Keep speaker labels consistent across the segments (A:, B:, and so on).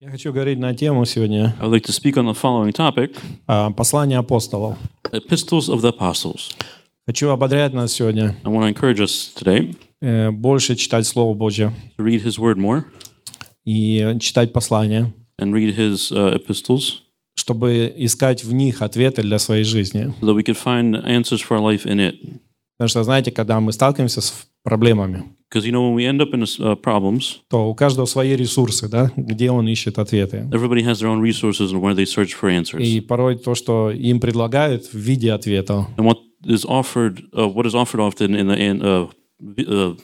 A: Я хочу говорить на тему сегодня
B: I would like to speak on the following topic
A: а, послания апостолов.
B: Epistles of the Apostles.
A: Хочу ободрять нас сегодня
B: I want to encourage us today
A: э, больше читать Слово Божье
B: to read His Word more
A: и читать послания,
B: and read His uh, epistles
A: чтобы искать в них ответы для своей жизни.
B: so that we could find answers for our life in it.
A: Потому что, знаете, когда мы сталкиваемся с проблемами,
B: Because, you know, when we end up in uh, problems,
A: то у каждого свои ресурсы, да, где он ищет ответы.
B: everybody has their own resources and where they search for answers.
A: И порой то, что им предлагают в виде ответа,
B: And what is offered, uh, what is offered often in the an- uh, v- uh,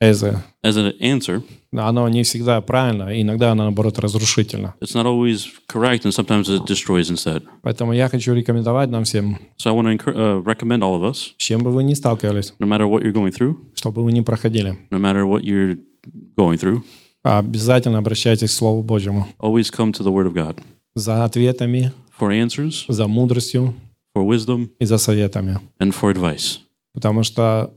A: эзе,
B: as an answer,
A: оно не всегда правильно, иногда оно, наоборот, разрушительно.
B: it's not always correct, and sometimes it destroys instead.
A: Поэтому я хочу рекомендовать нам всем,
B: So I want to encour- uh, recommend all of us,
A: с чем бы вы ни сталкивались,
B: no matter what you're going through,
A: чтобы вы не проходили.
B: no маtter what you're going through,
A: обязательно обращайтесь к Слову Божьему
B: always come to the Word of God
A: за ответами,
B: for answers,
A: за мудростью
B: for wisdom,
A: и за советами.
B: and for advice,
A: Потому что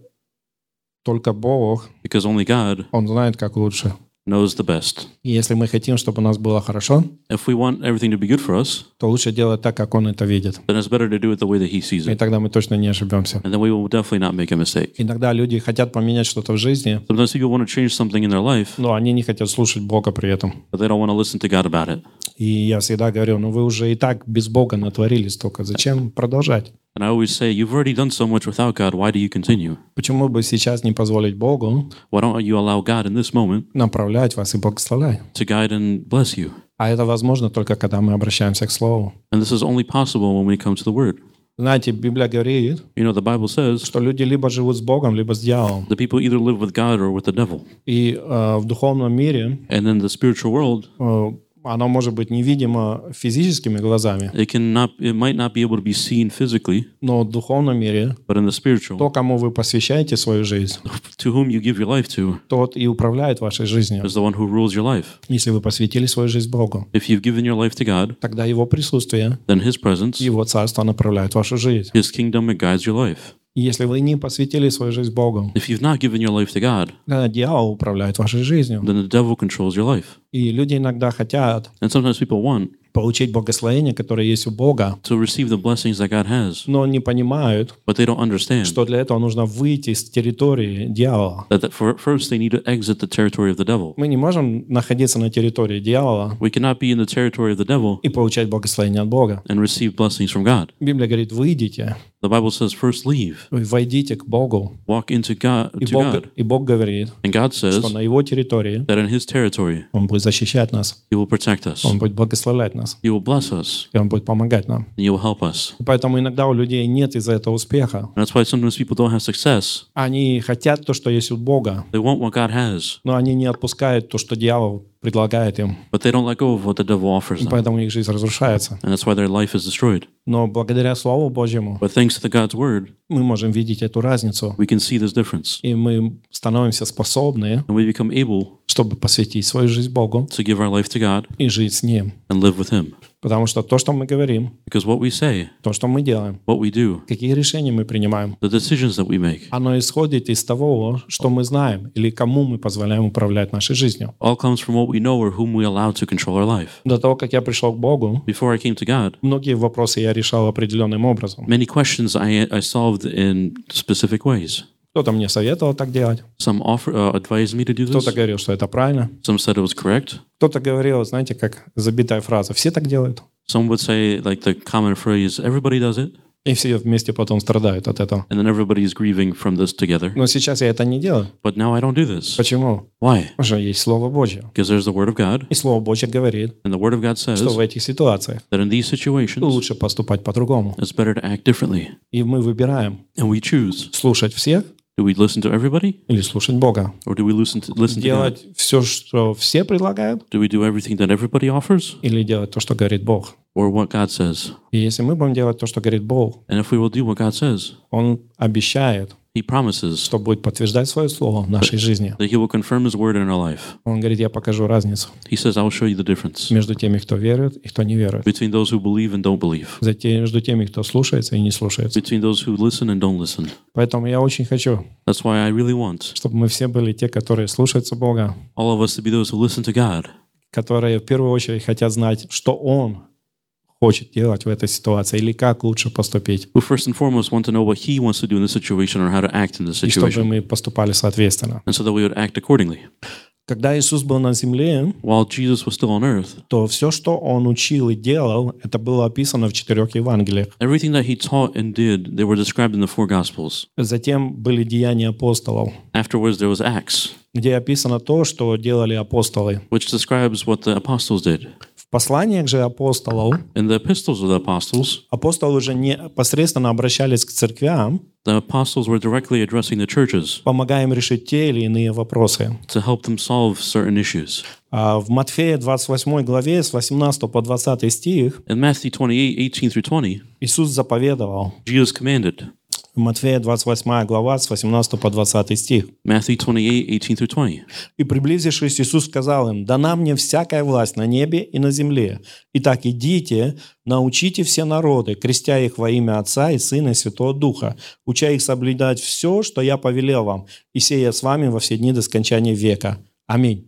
A: только Бог,
B: because only God
A: Он знает, как лучше.
B: knows the best.
A: И если мы хотим, чтобы у нас было хорошо,
B: If we want everything to be good for us,
A: то лучше делать так, как Он это видит.
B: then it's better to do it the way that He sees
A: И
B: it,
A: тогда мы точно не ошибемся.
B: and then we will definitely not make a mistake.
A: Иногда люди хотят поменять что-то в жизни,
B: Sometimes people want to change something in their life,
A: но они не хотят слушать Бога при этом.
B: but they don't want to listen to God about it.
A: И я всегда говорю, ну вы уже и так без Бога натворили столько, зачем продолжать?
B: And I always say, You've already done so much without God. Why do you continue?
A: Почему бы сейчас не позволить Богу
B: Why don't you allow God in this moment
A: направлять вас и благословлять?
B: to guide and bless you?
A: А это возможно только когда мы обращаемся к Слову.
B: And this is only possible when we come to the Word.
A: Знаете, Библия говорит,
B: You know, the Bible says
A: что люди либо живут с Богом, либо с дьяволом.
B: the people either live with God or with the devil.
A: И э, в духовном мире
B: And then the spiritual world,
A: э, оно может быть невидимо физическими глазами,
B: it cannot, it might not be able to be seen physically,
A: но в духовном мире
B: but in the spiritual,
A: то, kому вы посвящаете свою жизнь,
B: to whom you give your life to
A: тот и управляет вашей жизнью.
B: is the one who rules your life.
A: Если вы посвятили свою жизнь Богу,
B: If you've given your life to God,
A: тогда Его присутствие,
B: then His presence,
A: Его Царство направляет вашу жизнь.
B: His kingdom, it guides your life.
A: И Если вы не посвятили свою жизнь Богу,
B: If you've not given your life to God,
A: тогда дьявол управляет вашей жизнью.
B: then the devil controls your life.
A: И люди иногда хотят
B: And sometimes people want
A: получить благословение, которое есть у Бога,
B: to receive the blessings that God has,
A: но не понимают,
B: but they don't understand
A: что для этого нужно выйти с территории дьявола.
B: that, that for, first they need to exit the territory of the devil.
A: Мы не можем находиться на территории дьявола
B: We cannot be in the territory of the devil
A: и получать благословение от Бога.
B: and receive blessings from God.
A: Библия говорит, выйдите,
B: The Bible says, first leave,
A: войдите к Богу.
B: walk into God,
A: И
B: to
A: Бог,
B: God.
A: и Бог говорит,
B: And God
A: что
B: says
A: на его территории
B: that in His territory,
A: Он будет защищать нас,
B: He will protect us,
A: Он будет благословлять нас,
B: He will bless us,
A: и Он будет помогать нам.
B: and He will help us.
A: И Поэтому иногда у людей нет из-за этого успеха.
B: And that's why sometimes people don't have success.
A: Они хотят то, что есть у Бога,
B: They want what God has,
A: но они не отпускают то, что дьявол предлагает им.
B: but they don't let go of what the devil offers
A: И
B: them.
A: поэтому их жизнь разрушается.
B: And that's why their life is destroyed.
A: Но благодаря Слову Божьему
B: But thanks to the God's word,
A: мы можем видеть эту разницу,
B: we can see this difference.
A: и мы становимся способны,
B: And we become able
A: чтобы посвятить свою жизнь Богу
B: to give our life to God
A: и жить с Ним.
B: and live with Him.
A: Потому что то, что мы говорим,
B: Because what we say,
A: то, что мы делаем,
B: what we do,
A: какие решения мы принимаем,
B: the decisions that we make,
A: оно исходит из того, что мы знаем или кому мы позволяем управлять нашей жизнью.
B: all comes from what we know or whom we allow to control our life.
A: До того, как я пришел к Богу,
B: Before I came to God,
A: многие вопросы я решал определенным образом.
B: many questions I, I solved in specific ways.
A: Кто-то мне советовал так делать,
B: Some offer, uh, advised me to do this.
A: кто-то говорил, что это правильно,
B: Some said it was correct.
A: кто-то говорил, знаете, как забитая фраза, все так делают,
B: Some would say, like the common phrase, everybody does it,
A: и все вместе потом страдают от этого.
B: and then everybody's grieving from this together.
A: Но сейчас я это не делаю.
B: But now I don't do this.
A: Почему?
B: Why?
A: Потому что есть Слово Божье.
B: Because there's the Word of God,
A: И Слово Божье говорит,
B: and the Word of God says
A: что в этих ситуациях
B: that in these situations,
A: лучше поступать по-другому.
B: it's better to act differently.
A: И мы выбираем,
B: And we choose.
A: слушать всех
B: Do we listen to everybody,
A: или слушать Бога.
B: or do we listen to, listen to God?
A: Делать все, что все предлагают,
B: Do we do everything that everybody offers,
A: или делать то, что говорит Бог.
B: or what God says?
A: И если мы будем делать то, что говорит Бог,
B: And if we will do what God says,
A: Он обещает,
B: He promises
A: что будет подтверждать свое слово в нашей жизни.
B: that He will confirm His word in our life.
A: Он говорит, я покажу разницу
B: He says, I will show you the difference
A: между теми, кто верит и кто не верит.
B: between those who believe and don't believe,
A: За те- между теми, кто слушается и не слушается.
B: between those who listen and don't listen.
A: Поэтому я очень хочу,
B: That's why I really want
A: чтобы мы все были те, которые слушаются Бога,
B: all of us to be those who listen to God,
A: которые в первую очередь хотят знать, что он хочет делать в этой ситуации или как лучше поступить,
B: who first and foremost want to know what he wants to do in this situation or how to act in this
A: и чтобы
B: situation,
A: мы поступали соответственно.
B: and so that we would act accordingly.
A: Когда Иисус был на земле,
B: While Jesus was still on earth,
A: то все, что он учил и делал, это было описано в четырех Евангелиях.
B: everything that he taught and did, they were described in the four Gospels.
A: Затем были деяния апостолов,
B: Afterwards, there was Acts,
A: где описано то, что делали апостолы.
B: which describes what the apostles did.
A: В посланиях же апостолов
B: In the epistles of the apostles,
A: апостолы уже непосредственно обращались к церквям,
B: the apostles were directly addressing the churches
A: помогая им решить те или иные вопросы.
B: to help them solve certain issues.
A: А В Матфея 28 главе с 18 по 20 стих
B: In Matthew 28, 18 through 20,
A: Иисус заповедовал.
B: Jesus commanded,
A: Матфея 28 глава с 18 по 20 стих.
B: Matthew 28, 18 through 20.
A: И приблизившись, Иисус сказал им, «Дана мне всякая власть на небе и на земле. Итак, идите, научите все народы, крестя их во имя Отца и Сына и Святого Духа, уча их соблюдать все, что я повелел вам, и сея с вами во все дни до скончания века. Аминь».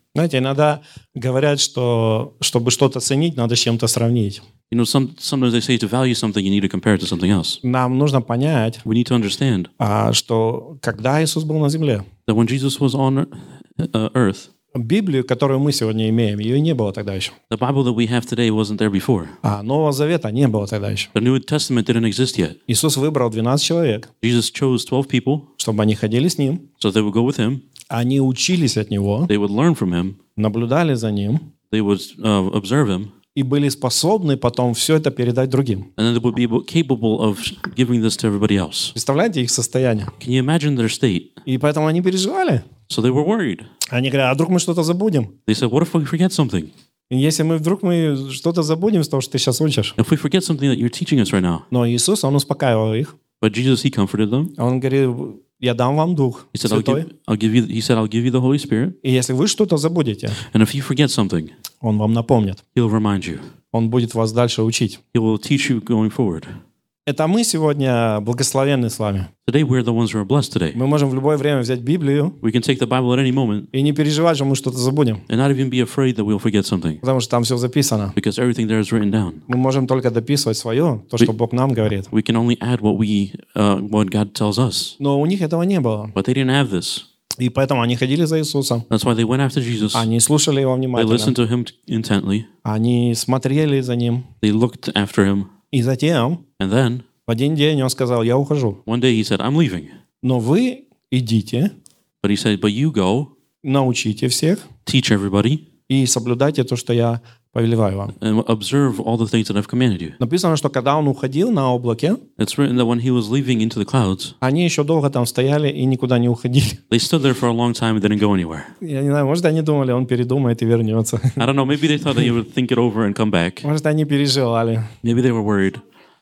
A: Знаете, иногда говорят, что чтобы что-то ценить, надо с чем-то сравнить.
B: You know, some, sometimes they say to value something, you need to compare it to something else.
A: Нам нужно понять,
B: We need to understand
A: а, что когда Иисус был на земле,
B: that when Jesus was on uh, earth,
A: Библию, которую мы сегодня имеем, ее не было тогда еще.
B: the Bible that we have today wasn't there before.
A: А Нового Завета не было тогда еще.
B: The New Testament didn't exist yet.
A: Иисус выбрал 12 человек,
B: Jesus chose 12 people
A: чтобы они ходили с Ним,
B: So they would go with him.
A: они учились от Него,
B: They would learn from him.
A: наблюдали за Ним
B: They would uh, observe him,
A: и были способны потом все это передать другим.
B: and then they would be able, capable of giving this to everybody else.
A: Представляете их состояние?
B: Can you imagine their state?
A: И поэтому они переживали.
B: So they were worried.
A: Они говорят, а вдруг мы что-то забудем?
B: They said, "What if we forget something?
A: И Если мы вдруг мы что-то забудем с того, что ты сейчас учишь.
B: If we forget something that you're teaching us right now?"
A: Но Иисус, Он успокаивал их.
B: But Jesus, he comforted them.
A: Он говорил, я дам вам Дух
B: He said, "I'll
A: Святой.
B: give, I'll give you." He said, "I'll give you the Holy Spirit,
A: И если вы что-то забудете,
B: and if you forget something,
A: Он вам напомнит.
B: He'll remind you.
A: Он будет вас дальше учить.
B: He will teach you going forward."
A: Это мы сегодня благословенны с вами.
B: Today, we're the ones who are blessed. Today,
A: Мы можем в любое время взять Библию
B: we can take the Bible at any moment
A: и не переживать, что мы что-то забудем,
B: and not even be afraid that we'll forget something,
A: потому что там все записано.
B: because everything there is written down.
A: Мы можем только дописывать свое, то, что Бог нам говорит.
B: We can only add what we, uh, what God tells us.
A: Но у них этого не было.
B: But they didn't have this.
A: И поэтому они ходили за Иисусом.
B: That's why they went after Jesus.
A: Они слушали его
B: They
A: внимательно.
B: listened to him intently.
A: Они смотрели за ним.
B: They looked after him.
A: И затем
B: And then
A: в один день он сказал, я ухожу.
B: one day he said, I'm leaving.
A: Но вы идите,
B: But he said, But you go,
A: научите всех
B: teach everybody,
A: и соблюдайте то, что я повелеваю вам.
B: and observe all the things that I've commanded you.
A: Написано, что когда он уходил на облаке,
B: It's written that when he was leaving into the clouds,
A: они еще долго там стояли и никуда не уходили.
B: they stood there for a long time and didn't go anywhere.
A: Я не знаю, может, они думали, он передумает и вернется.
B: I don't know. Maybe they thought that he would think it over and come back.
A: Может, они переживали.
B: Maybe they were worried.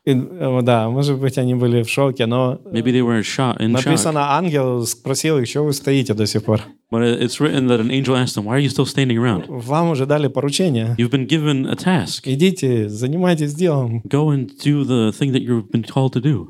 A: И, э, да, может быть, они были в шоке, но
B: Maybe they were in shock. In shock.
A: написано, ангел спросил их, что вы стоите до сих пор.
B: But it's written that an angel asked them, Why are you still standing around?
A: Вам уже дали поручение.
B: You've been given a task.
A: Идите, занимайтесь делом.
B: Go and do the thing that you've been called to do.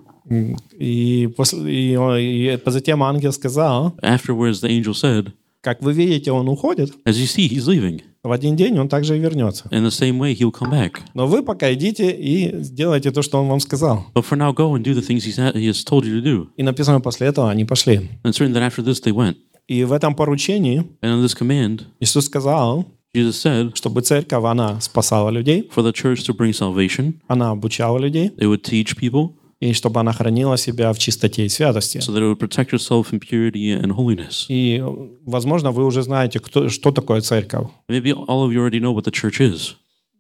A: И, после, и, он- и затем ангел сказал,
B: Afterwards, the angel said,
A: как вы видите, он уходит,
B: As you see, he's leaving.
A: в один день он также и вернется.
B: In the same way, he'll come back.
A: Но вы пока идите и сделайте то, что он вам сказал.
B: But for now, go and do the things he's ha- he has told you to do.
A: И написано, после этого они пошли.
B: And it's written that after this, they went.
A: И в этом поручении
B: And in this command,
A: Иисус сказал,
B: Jesus said,
A: чтобы церковь, она спасала людей,
B: for the church to bring salvation,
A: она обучала людей,
B: they would teach people
A: и чтобы она хранила себя в чистоте и святости.
B: so that it would protect herself in purity and holiness.
A: И, возможно, вы уже знаете, кто, что такое церковь,
B: Maybe all of you already know what the church is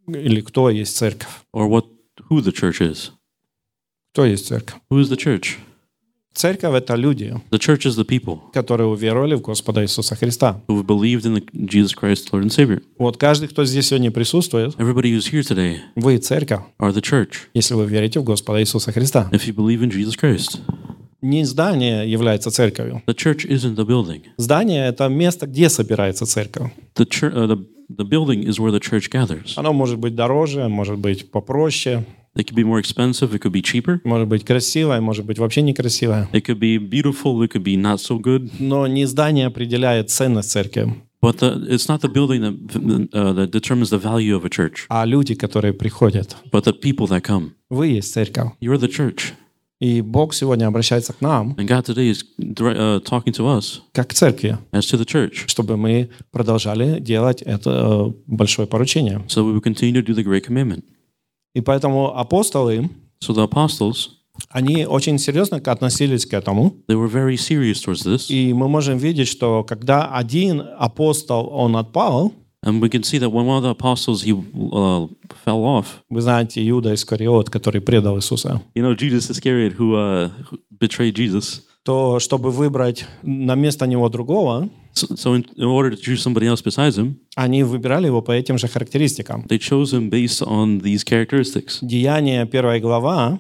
A: или кто есть церковь.
B: or what who the church is.
A: Кто есть церковь?
B: Who is the church?
A: Церковь — это люди,
B: The church is the people
A: которые уверовали в Господа Иисуса Христа.
B: who have believed in the, Jesus Christ, Lord and Savior.
A: Вот каждый, кто здесь сегодня присутствует,
B: Everybody who's here today
A: вы церковь,
B: are the church
A: если вы верите в Господа Иисуса Христа.
B: if you believe in Jesus Christ.
A: не здание является церковью.
B: The church isn't the building.
A: Здание – это место, где собирается церковь.
B: The, chur- uh, the, the building is where the church gathers.
A: Оно может быть дороже, может быть попроще,
B: It could be more expensive, it could be cheaper,
A: может быть красивое, может быть вообще некрасивое.
B: it could be beautiful, it could be not so good.
A: Но не здание определяет ценность церкви,
B: But the, it's not the building that, uh, that determines the value of a church,
A: а люди, которые приходят.
B: but the people that come.
A: Вы есть церковь.
B: You're the church.
A: И Бог сегодня обращается к нам,
B: And God today is dire- uh, talking to us
A: как к церкви,
B: as to the church
A: чтобы мы продолжали делать это э, большое поручение.
B: so we will continue to do the great commandment.
A: И поэтому апостолы,
B: So the apostles,
A: они очень серьезно относились к этому.
B: they were very serious towards this.
A: И мы можем видеть, что когда один апостол, он отпал,
B: And we can see that when one of the apostles, he uh, fell off.
A: вы знаете, Иуда Искариот, который предал Иисуса,
B: You know, Judas Iscariot, who, uh, who betrayed Jesus.
A: то чтобы выбрать на место него другого,
B: So, so in, in order to choose somebody else besides him,
A: они выбирали его по этим же характеристикам.
B: they chose him based on these characteristics.
A: Деяние 1 глава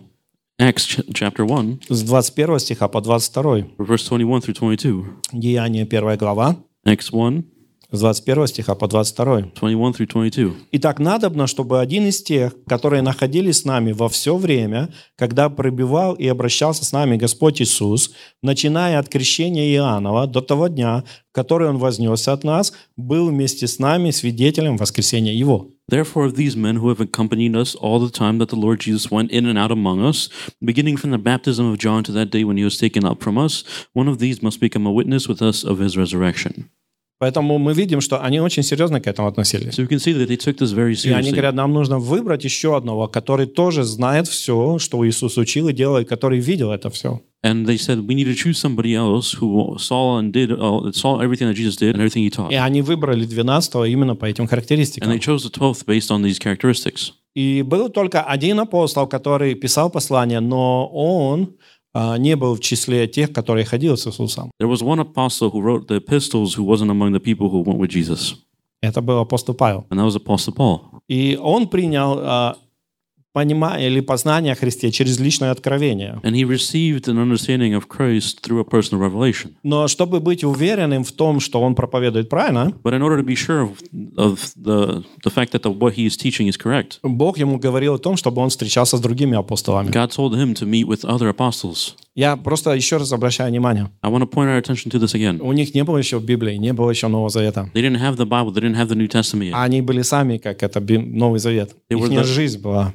B: Acts ch- chapter 1,
A: с 21 стиха по 22.
B: verse 21 through 22.
A: Деяние 1 глава
B: Acts 1,
A: с 21 стиха по 22.
B: 21 through 22.
A: Итак, надобно, чтобы один из тех, которые находились с нами во все время, когда пробивал и обращался с нами Господь Иисус, начиная от крещения Иоаннова до того дня, в который Он вознесся от нас, был вместе с нами свидетелем воскресения Его.
B: Therefore, of these men who have accompanied us all the time that the Lord Jesus went in and out among us, beginning from the baptism of John to that day when he was taken up from us, one of these must become a witness with us of his resurrection.
A: Поэтому мы видим, что они очень серьезно к этому относились.
B: So you can see that they took this very
A: И они
B: seriously.
A: говорят, нам нужно выбрать еще одного, который тоже знает все, что Иисус учил и делает, который видел это все.
B: And they said, we need to choose somebody else who saw and did all, saw everything that Jesus did and everything he taught.
A: И они выбрали 12 именно по этим
B: And
A: характеристикам.
B: they chose the 12th based on these characteristics.
A: И был только один апостол, который писал послание, но он а, не был в числе тех, которые ходил с Иисусом.
B: There was one apostle who wrote the epistles who wasn't among the people who went with Jesus,
A: Это был апостол Павел.
B: and that was Apostle Paul.
A: И он принял а, понимание или познание о Христе через личное откровение.
B: And he received an understanding of Christ through a personal revelation.
A: Но чтобы быть уверенным в том, что он проповедует правильно,
B: But in order to be sure of, of the, the fact that the, what he is teaching is correct,
A: Бог ему говорил о том, чтобы он встречался с другими апостолами.
B: God told him to meet with other apostles.
A: Я просто еще раз обращаю внимание.
B: I want to point our attention to this again.
A: У них не было еще Библии, не было еще Нового Завета.
B: They didn't have the Bible, they didn't have the New Testament yet.
A: А они были сами, как это Би- Новый Завет.
B: И вот
A: Их
B: это-
A: жизнь была.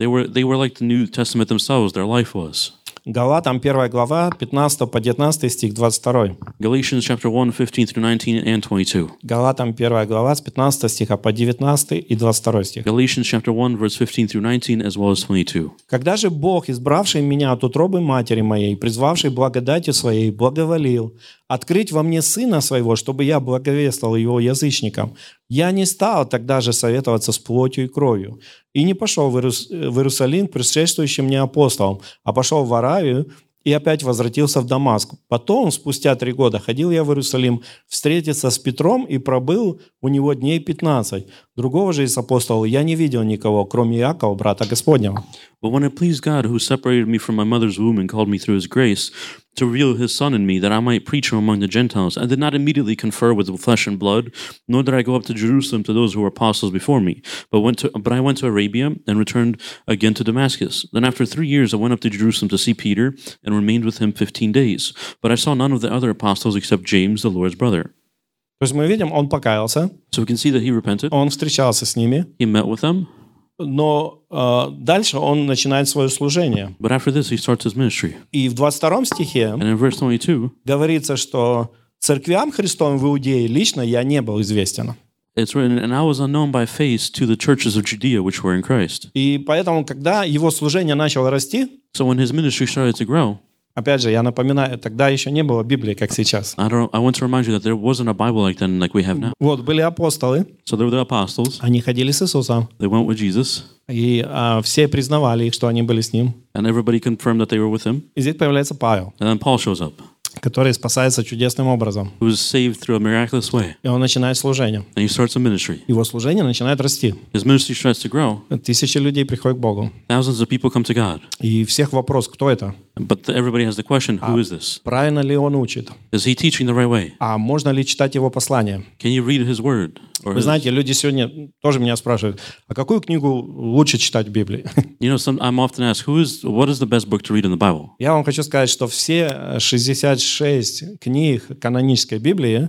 B: They were, they were like the New Testament themselves, their life was.
A: Галатам 1 глава, 15 по 19 стих 22.
B: Galatians chapter 1, 15 through 19 and 22.
A: Галатам 1 глава с 15 стиха по 19 и 22 стих.
B: Galatians chapter 1, verse 15 through 19, as well as 22.
A: «Когда же Бог, избравший меня от утробы матери моей, призвавший благодатью своей, благоволил, открыть во мне Сына Своего, чтобы я благовествовал Его язычникам, я не стал тогда же советоваться с плотью и кровью, и не пошел в Иерус- в Иерусалим к предшествующим мне апостолам, а пошел в Аравию и опять возвратился в Дамаск. Потом, спустя три года, ходил я в Иерусалим встретиться с Петром и пробыл у него дней 15. Другого же из апостолов я не видел никого, кроме Иакова, брата Господнего.
B: But when it pleased God, who separated me from my mother's womb and called me through his grace, to reveal his Son in me, that I might preach him among the Gentiles, I did not immediately confer with flesh and blood, nor did I go up to Jerusalem to those who were apostles before me. But went to, but I went to Arabia and returned again to Damascus. Then after three years, I went up to Jerusalem to see Peter and remained with him fifteen days. But I saw none of the other apostles except James, the Lord's brother.
A: То есть мы видим, он покаялся,
B: So we can see that he repented.
A: он встречался с ними,
B: He met with them,
A: но э, дальше он начинает свое служение.
B: but after this, he starts his ministry.
A: И в 22 стихе
B: And in verse twenty-two.
A: говорится, что церквям Христовым в Иудее лично я не был известен.
B: It's written, and I was unknown by face to the churches of Judea which were in Christ.
A: И поэтому, когда его служение начало расти,
B: So when his ministry started to grow,
A: опять же, я напоминаю, тогда еще не было Библии, как сейчас.
B: I don't. I want to remind you that there wasn't a Bible like then, like we have now.
A: Вот, были апостолы,
B: So there were the apostles.
A: они ходили с Иисусом,
B: They went with Jesus,
A: и а, все признавали их, что они были с ним.
B: and everybody confirmed that they were with him.
A: И здесь появляется Павел.
B: And then Paul shows up.
A: который спасается чудесным образом.
B: who is saved through a miraculous way.
A: И он начинает служение.
B: And he starts a ministry.
A: Его служение начинает расти.
B: His ministry starts to grow.
A: Тысячи людей приходят к Богу.
B: Thousands of people come to God.
A: И всех вопрос, кто это?
B: But everybody has the question who is this?
A: Правильно ли он учит?
B: Is he teaching the right way?
A: А можно ли читать его послание?
B: Can you read his word? Or
A: Вы
B: his-
A: знаете, люди сегодня тоже меня спрашивают, а какую книгу лучше читать в Библии?
B: you know, some, I'm often asked, who is what is the best book to read in the Bible?
A: Я вам хочу сказать, что все э, 66 книг канонической Библии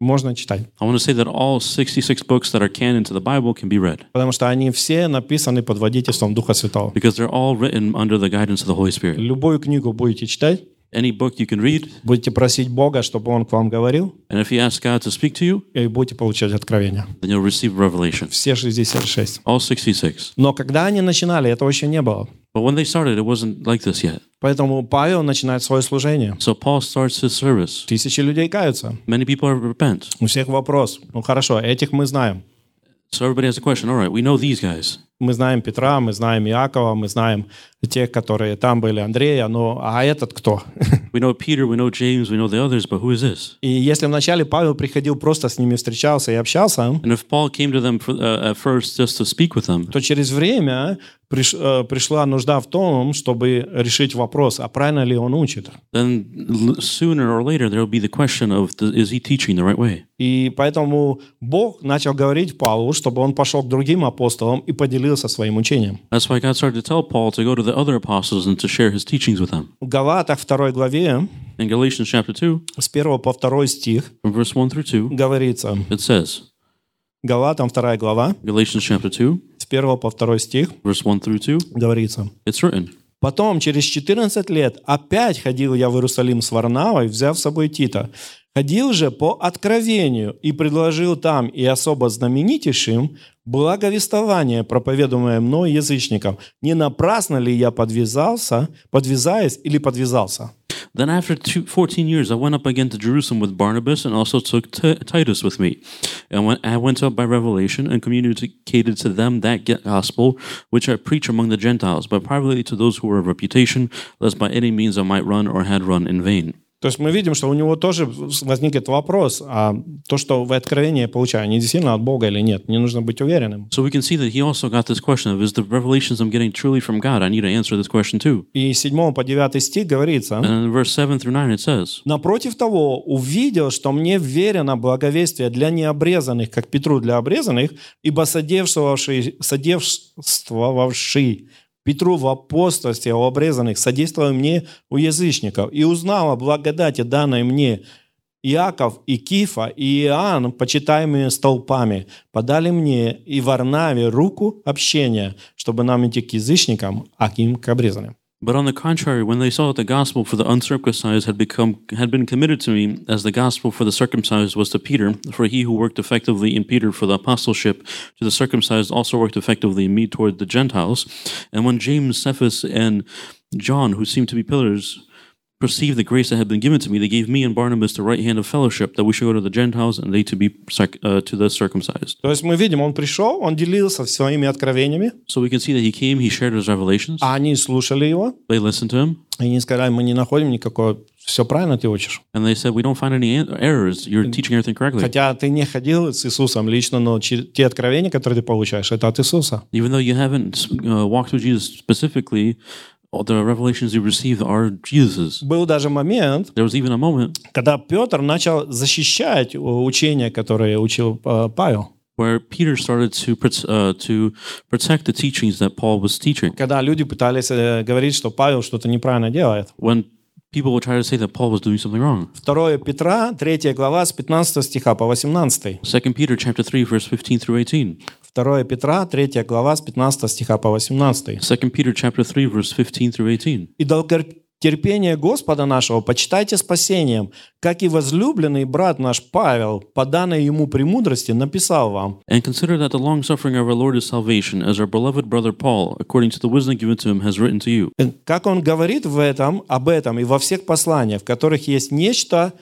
A: можно читать,
B: I want to say that all 66 books that are canon to the Bible can be read
A: потому что они все написаны под водительством Духа Святого.
B: because they're all written under the guidance of the Holy Spirit.
A: Любую книгу будете читать,
B: Any book you can read,
A: будете prосить Бога, чтобы Он к вам говорил,
B: and if you ask God to speak to you,
A: и будете получать откровение.
B: then you'll receive revelation.
A: Все 66.
B: All 66.
A: Но когда они начинали, этого еще не было.
B: But when they started, it wasn't like this yet.
A: Поэтому Павел начинает свое служение.
B: So Paul starts his service.
A: Тысячи людей каются.
B: Many people are repent.
A: У всех вопрос. Ну хорошо, этих мы знаем.
B: So everybody has a question. All right, we know these guys.
A: Мы знаем Петра, мы знаем Иакова, мы знаем тех, которые там были, Андрея, но а этот кто?
B: We know Peter, we know James, we know the others, but who is this?
A: И если вначале Павел приходил, просто с ними встречался и общался,
B: And if Paul came to them for, uh, at first just to speak with them,
A: то через время приш- э, пришла нужда в том, чтобы решить вопрос, а правильно ли он учит.
B: then l- sooner or later there will be the question of th- is he teaching the right way?
A: И поэтому Бог начал говорить Павлу, чтобы он пошел к другим апостолам и поделился своим учением.
B: That's why God started to tell Paul to go to the other apostles and to share his teachings with them.
A: В Галатах 2 главе
B: In Galatians chapter 2,
A: с 1 по 2 стих
B: from verse 1 through 2,
A: говорится,
B: it says,
A: Галатам 2 глава,
B: Galatians chapter 2,
A: с 1 по 2 стих
B: verse 1 through 2,
A: говорится,
B: it's written,
A: Потом, через 14 лет, опять ходил я в Иерусалим с Варнавой, взяв с собой Тита. Ходил же по откровению и предложил там и особо знаменитейшим благовествование, проповедуемое мной язычникам. Не напрасно ли я подвязался, подвязаясь или подвязался?
B: Then after two, 14 years, I went up again to Jerusalem with Barnabas and also took T- Titus with me. And when I went up by revelation and communicated to them that ge- gospel which I preach among the Gentiles, but privately to those who were of reputation, lest by any means I might run or had run in vain.
A: То есть мы видим, что у него тоже возникнет вопрос, а то, что в откровении я получаю, они действительно от Бога или нет? Мне нужно быть уверенным.
B: So we can see that he also got this question of is the revelations I'm getting truly from God? I need to answer this question too.
A: И с 7 по 9 стих говорится,
B: And in verse 7 through 9 it says,
A: Напротив того, увидел, что мне верено благовестие для необрезанных, как Петру для обрезанных, ибо содействовавший, содействовавший Петру в апостольстве у обрезанных содействовал мне у язычников, и узнал о благодати, данной мне Иаков и Кифа и Иоанн, почитаемые столпами, подали мне и Варнаве руку общения, чтобы нам идти к язычникам, а к им к обрезанным.
B: But on the contrary, when they saw that the gospel for the uncircumcised had become had been committed to me, as the gospel for the circumcised was to Peter, for he who worked effectively in Peter for the apostleship to the circumcised also worked effectively in me toward the Gentiles, and when James, Cephas, and John, who seemed to be pillars, perceived the grace that had been given to me, they gave me and Barnabas the right hand of fellowship that we should go to the Gentiles and they to be circ- uh, to the circumcised.
A: То есть мы видим, он пришел, он делился своими откровениями,
B: So we can see that he came, he shared his revelations,
A: а они слушали его,
B: they listened to him.
A: и они сказали, мы не находим никакого, все правильно ты учишь.
B: And they said, We don't find any an- errors. You're teaching everything correctly.
A: Хотя ты не ходил с Иисусом лично, но чер- те откровения, которые ты получаешь, это от Иисуса.
B: Even though you haven't uh, walked with Jesus specifically, all the revelations you received are Jesus's.
A: Был даже момент,
B: There was even a moment
A: когда Петр начал защищать э, учения, которые учил э, Павел.
B: where Peter started to pr- uh, to protect the teachings that Paul was teaching.
A: Когда люди пытались э, говорить, что Павел что-то неправильно делает.
B: When people would try to say that Paul was doing something wrong.
A: 2 Петра, 3 глава, с 15 stиха по 18.
B: 2 Peter chapter 3 verse 15 through 18.
A: 2 Петра, 3 глава, с 15 stиха по 18.
B: 2 Peter chapter 3 verse 15 through 18.
A: и долготерпение Господа нашего почитайте спасением, как и возлюбленный брат наш Павел, по данной ему премудрости, написал вам,
B: And consider that the long suffering of our Lord is salvation, as our beloved brother Paul, according to the wisdom given to him, has written to you.
A: Э, как он говорит в этом, об этом и во всех посланиях, в которых есть нечто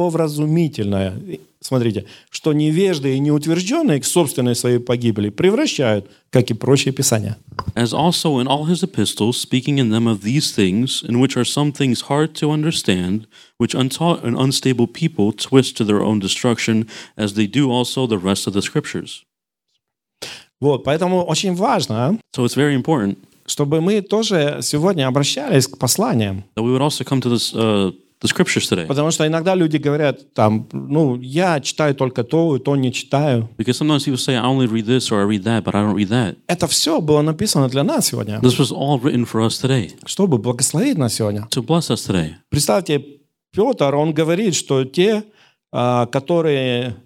A: неудобовразумительное. И Смотрите, что невежды и неутвержденные к собственной своей погибели превращают, как и прочие писания.
B: As also in all his epistles, speaking in them of these things, in which are some things hard to understand, which untaught and unstable people twist to their own destruction, as they do also the rest of the scriptures.
A: Вот, поэтому очень важно, а,
B: So it's very important
A: чтобы мы тоже сегодня обращались к посланиям.
B: that we would also come to this, uh, the scriptures today.
A: Потому что иногда люди говорят, там, ну, я читаю только то, и то не читаю.
B: Because sometimes people say, I only read this or I read that, but I don't read that.
A: Это все было написано для нас сегодня,
B: This was all written for us today,
A: чтобы благословить нас сегодня.
B: to bless us today.
A: Представьте, Петр, он говорит, что те, а, которые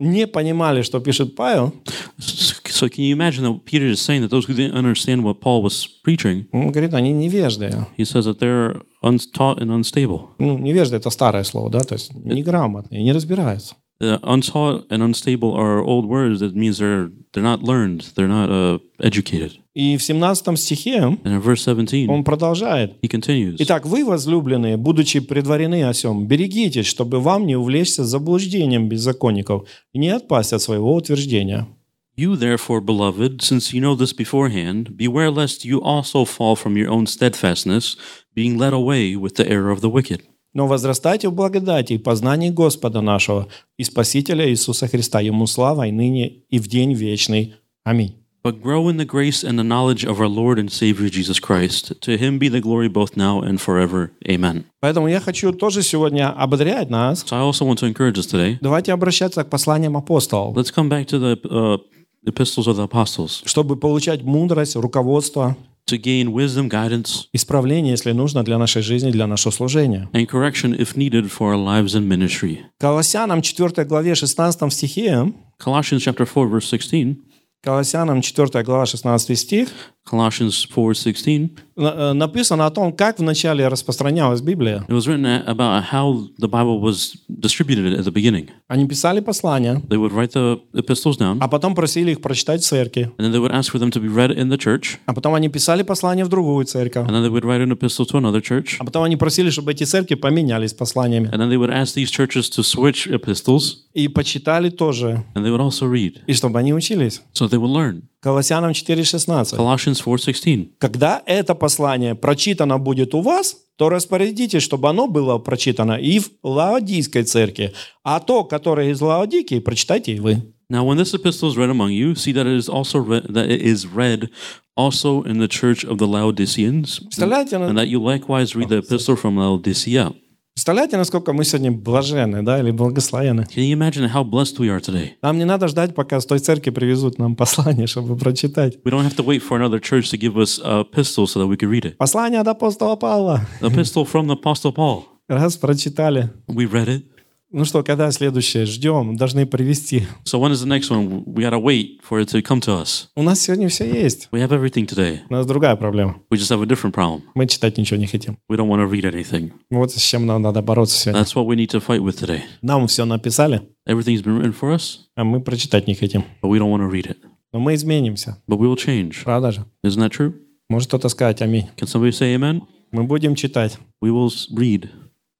A: не понимали, что пишет Павел,
B: S- So can you imagine that Peter is saying that those who didn't understand what Paul was preaching,
A: он говорит, они невежды.
B: he says that they're untaught and unstable.
A: Ну, невежды – это старое слово, да, то есть неграмотные, не разбираются.
B: Uh, untaught and unstable are old words. That means they're they're not learned. They're not uh, educated.
A: И в 17 стихе
B: And in verse 17,
A: он продолжает.
B: he continues.
A: Итак, вы, возлюбленные, будучи предварены о сем, берегитесь, чтобы вам не увлечься заблуждением беззаконников и не отпасть от своего утверждения.
B: You therefore, beloved, since you know this beforehand, beware lest you also fall from your own steadfastness, being led away with the error of the wicked.
A: Но возрастайте в благодати и познании Господа нашего и Спасителя Иисуса Христа. Ему слава и ныне, и в день вечный. Аминь.
B: But grow in the grace and the knowledge of our Lord and Savior Jesus Christ. To him be the glory both now and forever. Amen.
A: Поэтому я хочу тоже сегодня ободрять нас.
B: So I also want to encourage us today.
A: Давайте обращаться к посланиям апостолов,
B: Let's come back to the uh, epistles of the apostles
A: чтобы получать мудрость, руководство,
B: to gain wisdom, guidance,
A: исправление, если нужно, для нашей жизни, для нашего служения.
B: and correction if needed for our lives and ministry.
A: Колоссянам 4 главе 16 стихе
B: Colossians chapter 4 verse 16.
A: Колоссянам 4 глава 16 стих
B: Colossians 4:16.
A: на- э, написано о том, как вначале распространялась Библия.
B: It was written a- about how the Bible was distributed at the beginning.
A: Они писали послания,
B: They would write the epistles down
A: а потом просили их прочитать в церкви.
B: and then they would ask for them to be read in the church
A: А потом они писали послания в другую церковь.
B: and then they would write an epistle to another church
A: А потом они просили, чтобы эти церкви поменялись посланиями.
B: and then they would ask these churches to switch epistles
A: И почитали тоже.
B: and they would also read
A: И чтобы они учились.
B: so they would learn.
A: Колоссянам 4,16.
B: Colossians 4:16.
A: Когда это послание прочитано будет у вас, то распорядитесь, чтобы оно было прочитано и в Лаодийской церкви. А то, которое из Лаодики, прочитайте и вы.
B: Now, when this epistle is read among you, see that it is also read, that it is read also in the church of the Laodiceans,
A: Представляете, на-
B: and that you likewise read the epistle from Laodicea.
A: представляете, насколько мы сегодня блажены, да, или благословены.
B: Can you imagine how blessed we are today?
A: Нам не надо ждать, пока с той церкви привезут нам послание, чтобы прочитать.
B: We don't have to wait for another church to give us a epistle so that we can read it.
A: Послание от апостола Павла.
B: The epistle from the Apostle Paul.
A: Раз прочитали.
B: We read it.
A: Ну что, когда следующее? Ждем, должны привести.
B: So when is the next one? We gotta wait for it to come to us.
A: У нас сегодня все есть.
B: We have everything today.
A: У нас другая проблема.
B: We just have a different problem.
A: Мы читать ничего не хотим.
B: We don't want to read anything.
A: Вот с чем нам надо бороться сегодня.
B: That's what we need to fight with today.
A: Нам все написали,
B: Everything's been written for us,
A: а мы прочитать не хотим.
B: but we don't want to read it.
A: Но мы изменимся,
B: But we will change.
A: правда же?
B: Isn't that true?
A: Может кто-то сказать аминь.
B: Can somebody say amen?
A: Мы будем читать.
B: We will s- read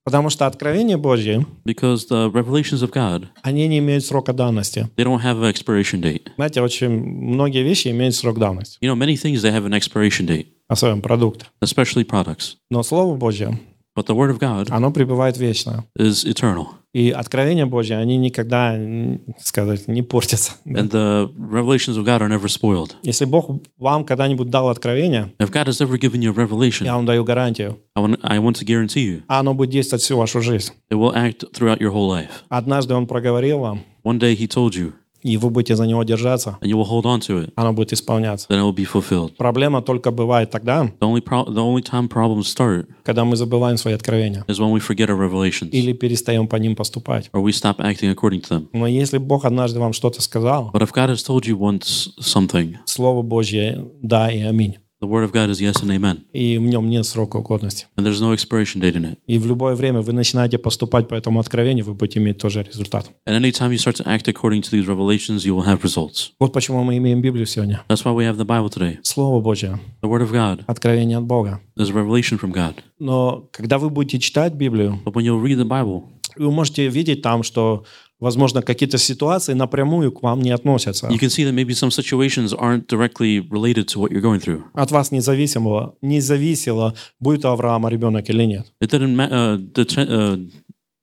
A: Потому что откровения Божьи,
B: because the revelations of God,
A: они не имеют срока давности.
B: they don't have an expiration date.
A: Знаете, очень многие вещи имеют срок давности,
B: You know, many things they have an expiration date,
A: особенно продукты.
B: especially products.
A: Но Слово Божье,
B: But the word of God
A: оно пребывает вечно.
B: is eternal.
A: И откровения Божьи, они никогда, м, сказать, не портятся. да.
B: And the revelations of God are never spoiled.
A: Если Бог вам когда-нибудь дал откровение,
B: If God has ever given you a revelation,
A: я вам даю гарантию,
B: I want, I want to guarantee you
A: а оно будет действовать всю вашу жизнь.
B: it will act throughout your whole life.
A: Однажды Он проговорил вам,
B: One day He told you,
A: и вы будете за него держаться,
B: and you will hold on to it,
A: оно будет исполняться.
B: then it will be fulfilled.
A: Проблема только бывает тогда,
B: The only, pro- the only time problems start
A: когда мы забываем свои откровения
B: is when we forget our revelations
A: или перестаем по ним поступать.
B: or we stop acting according to them.
A: Но если Бог однажды вам что-то сказал,
B: But if God has told you once something,
A: Слово Божье – да и аминь.
B: the The Word of God is yes and amen.
A: и в нем нет срока годности.
B: And there's no expiration date in it.
A: И в любое время вы начинаете поступать по этому откровению, вы будете иметь тоже результат.
B: And anytime you start to act according to these revelations, you will have results.
A: Вот почему мы имеем Библию сегодня.
B: That's why we have the Bible today.
A: Слово Божье,
B: The Word of God
A: откровение от Бога.
B: is a revelation from God.
A: Но когда вы будете читать Библию,
B: But when you'll read the Bible,
A: вы можете видеть там, что, возможно, какие-то ситуации напрямую к вам не относятся.
B: you can see that maybe some situations aren't directly related to what you're going through.
A: От вас независимого, не зависело, будет у Авраама ребенок или нет.
B: It didn't ma- uh, det- uh,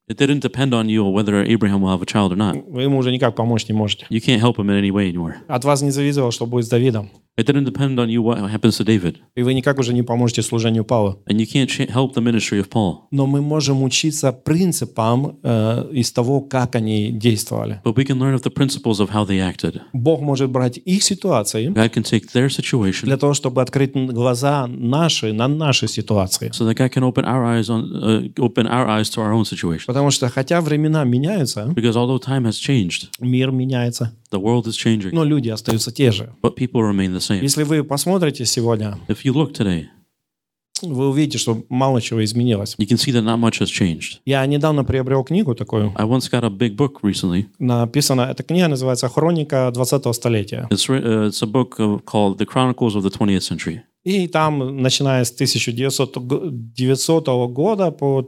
B: it didn't depend on you whether Abraham will have a child or not.
A: Вы ему уже никак помочь не можете.
B: You can't help him in any way anymore.
A: От вас не зависело, что будет с Давидом.
B: It didn't depend on you what happens to David,
A: И вы никак уже не поможете служению Павла.
B: and you can't ch- help the ministry of Paul.
A: Но мы можем учиться принципам э, из того, как они действовали.
B: But we can learn of the principles of how they acted.
A: Бог может брать их ситуации
B: God can take their situation
A: для того, чтобы открыть н- глаза наши на наши ситуации.
B: so that God can open our eyes on uh, open our eyes to our own situation.
A: Потому что хотя времена меняются,
B: Because although time has changed,
A: мир меняется,
B: the world is changing,
A: но люди остаются те же.
B: but people remain the same.
A: Если вы посмотрите сегодня,
B: If you look today,
A: вы увидите, что мало чего изменилось.
B: you can see that not much has changed.
A: Я недавно приобрел книгу такую.
B: I once got a big book recently.
A: Написана, эта книга называется «Хроника 20-го столетия».
B: It's writ- uh, it's a book uh, called The Chronicles of the 20th Century.
A: И там, начиная с 1900 г- 900 года по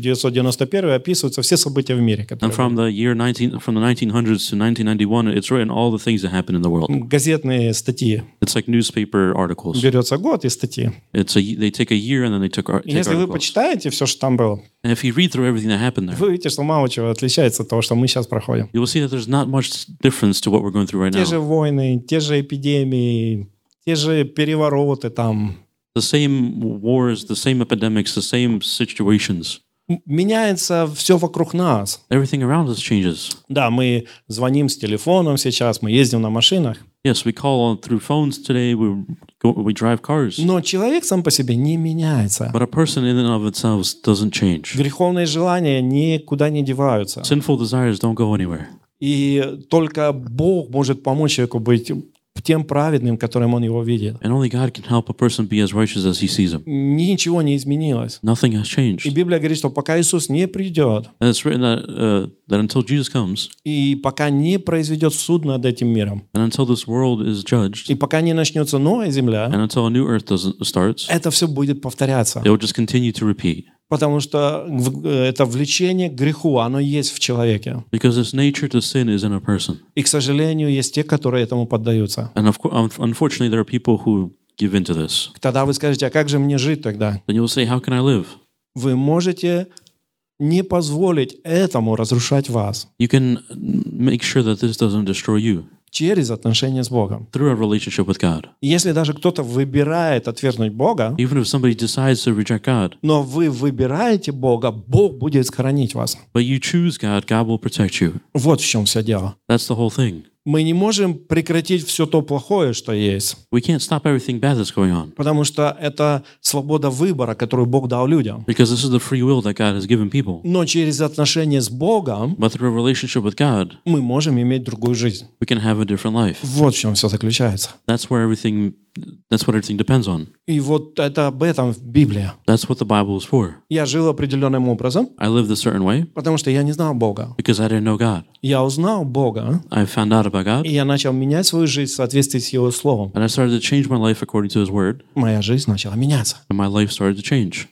A: 1991 описываются все события в мире.
B: And
A: Которые...
B: from the year 19 from the 1900s to 1991, it's written all the things that happened in the world.
A: Газетные статьи.
B: It's like newspaper articles.
A: Берется год и статьи.
B: It's a they take a year and then they took, ar-
A: И
B: take
A: если вы
B: articles.
A: почитаете все, что там было,
B: And if you read through everything that happened there,
A: вы увидите, что мало чего отличается от того, что мы сейчас проходим.
B: you will see that there's not much difference to what we're going through right
A: Те же
B: now.
A: войны, те же эпидемии, те же перевороты там.
B: The same wars, the same epidemics, the same situations.
A: М- Меняется все вокруг нас.
B: Everything around us changes.
A: Да, мы звоним с телефоном сейчас, мы ездим на машинах,
B: Yes, we call on through phones today. We go, we drive cars,
A: но человек сам по себе не меняется.
B: but a person in and of itself doesn't change.
A: Греховные желания никуда не деваются.
B: Sinful desires don't go anywhere.
A: И только Бог может помочь человеку быть тем праведным, которым он его видит.
B: And only God can help a person be as righteous as he sees him.
A: Ничего не изменилось.
B: Nothing
A: И
B: has changed.
A: Библия говорит, что пока Иисус не придет
B: And it's written that, uh, that until Jesus comes
A: и пока не произведет суд над этим миром,
B: and until this world is judged
A: и пока не начнется новая земля,
B: and until a new earth doesn't starts,
A: это все будет повторяться.
B: it will just continue to repeat
A: Потому что в- э, это влечение к греху, оно есть в человеке.
B: because this nature to sin is in a person.
A: И, к сожалению, есть те, которые этому поддаются.
B: And of course, unfortunately, there are people who give into this.
A: Тогда вы скажете, а как же мне жить тогда?
B: Then you'll say, "How can I live?"
A: вы можете не позволить этому разрушать вас
B: You can make sure that this doesn't destroy you
A: через отношения с Богом.
B: through a relationship with God.
A: Если даже кто-то выбирает отвергнуть Бога,
B: Even if somebody decides to reject God,
A: но вы выбираете Бога, Бог будет сохранить вас.
B: but you choose God, God will protect you.
A: Вот в чем все дело.
B: That's the whole thing.
A: Мы не можем прекратить все то плохое, что есть,
B: We can't stop everything bad that's going on
A: потому что это свобода выбора, которую Бог дал людям.
B: because this is the free will that God has given people.
A: Но через отношения с Богом
B: But through a relationship with God,
A: мы можем иметь другую жизнь.
B: we can have a different life.
A: Вот в чем все заключается.
B: That's where everything. That's what everything depends on.
A: И вот это об этом Библия.
B: That's what the Bible is for.
A: Я жил определенным образом,
B: I lived a certain way
A: Потому что я не знал Бога.
B: because I didn't know God.
A: Я узнал Бога,
B: I found out about God,
A: и я начал менять свою жизнь в соответствии с Его Словом.
B: and I started to change my life according to His Word,
A: Моя жизнь начала меняться.
B: and my life started to change.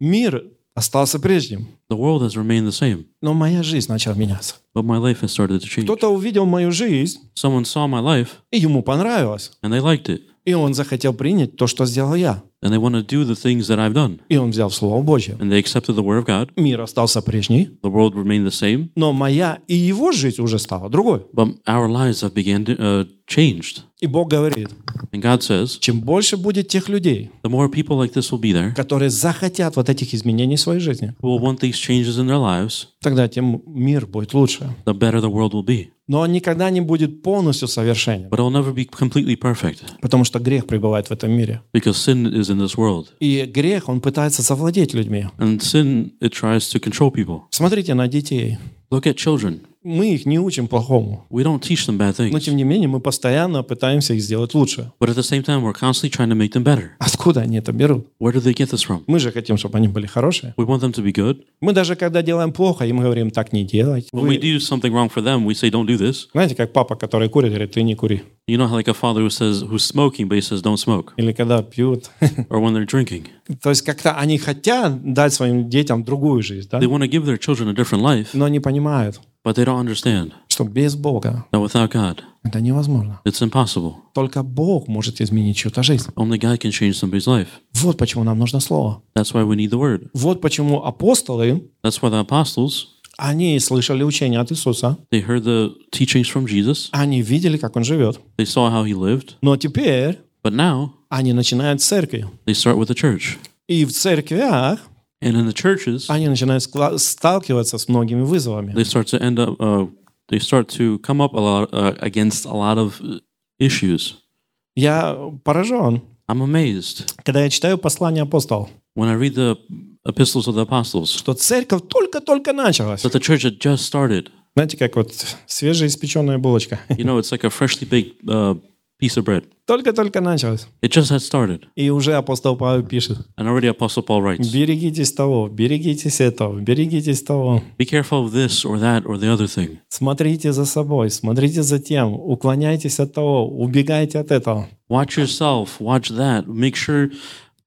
A: Мир остался прежним,
B: The world has remained the same,
A: но моя жизнь начала меняться.
B: but my life has started to change.
A: Кто-то увидел мою жизнь,
B: Someone saw my life
A: и ему понравилось.
B: and they liked it,
A: И он захотел принять то, что сделал я.
B: and they want to do the things that I've done,
A: И он взял Слово Божье.
B: and they accepted the Word of God.
A: Мир остался прежний,
B: The world remained the same,
A: но моя и его жизнь уже стала другой.
B: but our lives have began to, uh, changed.
A: И Бог говорит,
B: And God says,
A: чем больше будет тех людей,
B: the more people like this will be there
A: которые захотят вот этих изменений в своей жизни,
B: who will want these changes in their lives,
A: тогда тем мир будет лучше.
B: the better the world will be.
A: Но он никогда не будет полностью совершенен,
B: But it'll never be completely perfect
A: потому что грех пребывает в этом мире.
B: because sin is in this world,
A: И грех, он пытается завладеть людьми.
B: and sin it tries to control people.
A: Смотрите на детей.
B: Look at children.
A: мы их не учим плохому.
B: We don't teach them bad
A: Но
B: things,
A: тем не менее мы постоянно пытаемся их сделать лучше.
B: but at the same time, we're constantly trying to make them better.
A: Откуда они это берут?
B: Where do they get this from?
A: Мы же хотим, чтобы они были хорошие.
B: We want them to be good.
A: Мы даже когда делаем плохо, им говорим, так не делать.
B: When we
A: Вы-
B: do something wrong for them, we say, "Don't do this."
A: Знаете, как папа, который курит, говорит, ты не кури.
B: You know, how like a father who says who's smoking, but he says, "Don't smoke,"
A: Или когда пьют.
B: or when they're drinking.
A: То есть как-то они хотят дать своим детям другую жизнь, да?
B: They want to give their children a different life,
A: но не понимают,
B: but they don't understand
A: что без Бога
B: that without God,
A: это невозможно.
B: it's impossible.
A: Только Бог может изменить чью-то жизнь.
B: Only God can change somebody's life.
A: Вот почему нам нужно Слово.
B: That's why we need the Word.
A: Вот почему апостолы,
B: That's why the apostles
A: они слышали учение от Иисуса,
B: they heard the teachings from Jesus.
A: они видели, как Он живет.
B: They saw how he lived,
A: Но теперь
B: but now
A: они начинают с церкви.
B: they start with the church.
A: И в церквях
B: And in the churches,
A: они начинают скла- сталкиваться с многими вызовами.
B: they start to end up. Uh, they start to come up a lot uh, against a lot of uh, issues.
A: Я поражен,
B: I'm amazed
A: когда я читаю послание апостолов,
B: when I read the epistles of the apostles
A: что церковь только-только началась.
B: that the church had just started.
A: Знаете, как вот свежеиспеченная булочка.
B: You know, it's like a freshly baked uh, piece of bread.
A: Только-только началась.
B: It just had started,
A: И уже апостол Павел пишет,
B: and already Apostle Paul writes,
A: берегитесь того, берегитесь этого, берегитесь того.
B: "Be careful of this or that or the other thing.
A: Смотрите за собой, смотрите за тем, уклоняйтесь от того, убегайте от этого.
B: Watch yourself. Watch that. Make sure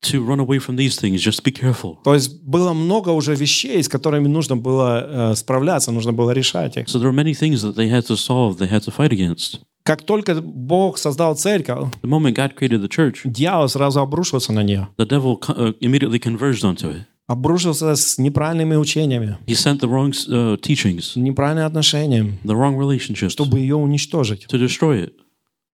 B: to run away from these things. Just be careful."
A: То есть было много уже вещей, с которыми нужно было э, справляться, нужно было решать их.
B: So there were many things that they had to solve, they had to fight against.
A: Как только Бог создал церковь,
B: The moment God created the church,
A: дьявол сразу обрушился на нее.
B: the devil co- uh, immediately converged onto it.
A: Обрушился с неправильными учениями,
B: He sent the wrong uh, teachings,
A: с неправильными отношениями,
B: the wrong relationships to
A: чтобы ее уничтожить.
B: destroy it.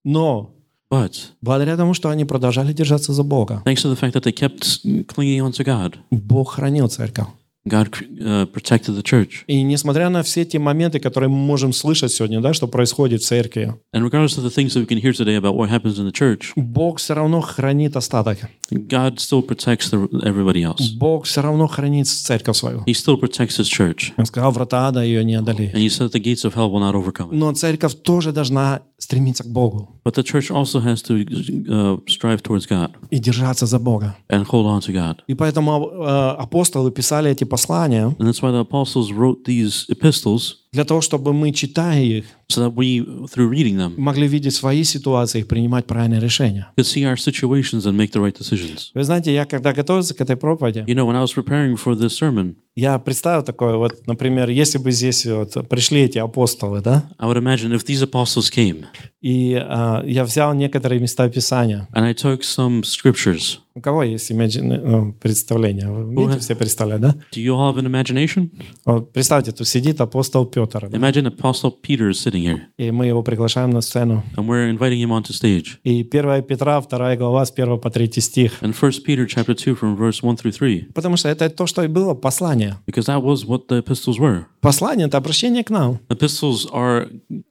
A: Но
B: But
A: благодаря тому, что они продолжали держаться за Бога,
B: thanks to the fact that they kept clinging onto God,
A: Бог хранил церковь.
B: God cr- uh, protected the church.
A: И несмотря на все те моменты, которые мы можем слышать сегодня, да, что происходит в церкви,
B: And regardless of the things that we can hear today about what happens in the church,
A: Бог все равно хранит остаток.
B: God still protects the, everybody else.
A: Бог все равно хранит церковь свою.
B: He still protects his church.
A: Он сказал, врата ада ее не одолеют.
B: And he said the gates of hell will not overcome it.
A: Но церковь тоже должна стремиться к Богу
B: But the church also has to uh, strive towards God
A: и держаться за Бога.
B: and hold on to God.
A: И поэтому э, апостолы писали эти послания
B: And that's why the apostles wrote these epistles,
A: для того, чтобы мы, читая их,
B: so that we, through reading them,
A: могли видеть свои ситуации и принимать правильные решения.
B: could see our situations and make the right decisions.
A: Вы знаете, я когда готовился к этой проповеди,
B: You know, when I was preparing for this sermon,
A: я представил такое, вот, например, если бы здесь вот пришли эти апостолы, да,
B: I would imagine if these apostles came
A: И а, я взял некоторые места Писания.
B: and I took some scriptures.
A: У кого есть imagine- э, представление? Вы умеете все представлять, да?
B: Do you all have an imagination?
A: Вот представьте, тут сидит апостол Петр, да?
B: Imagine Apostle Peter is sitting here
A: и мы его приглашаем на сцену.
B: and we're inviting him onto stage.
A: И 1 Петра, 2 глава, с 1 по 3 стих.
B: And 1 Peter chapter 2 from verse 1 through 3,
A: Потому что это то, что и было послание.
B: because that was what the epistles were.
A: Послание — это обращение к нам,
B: Epistles are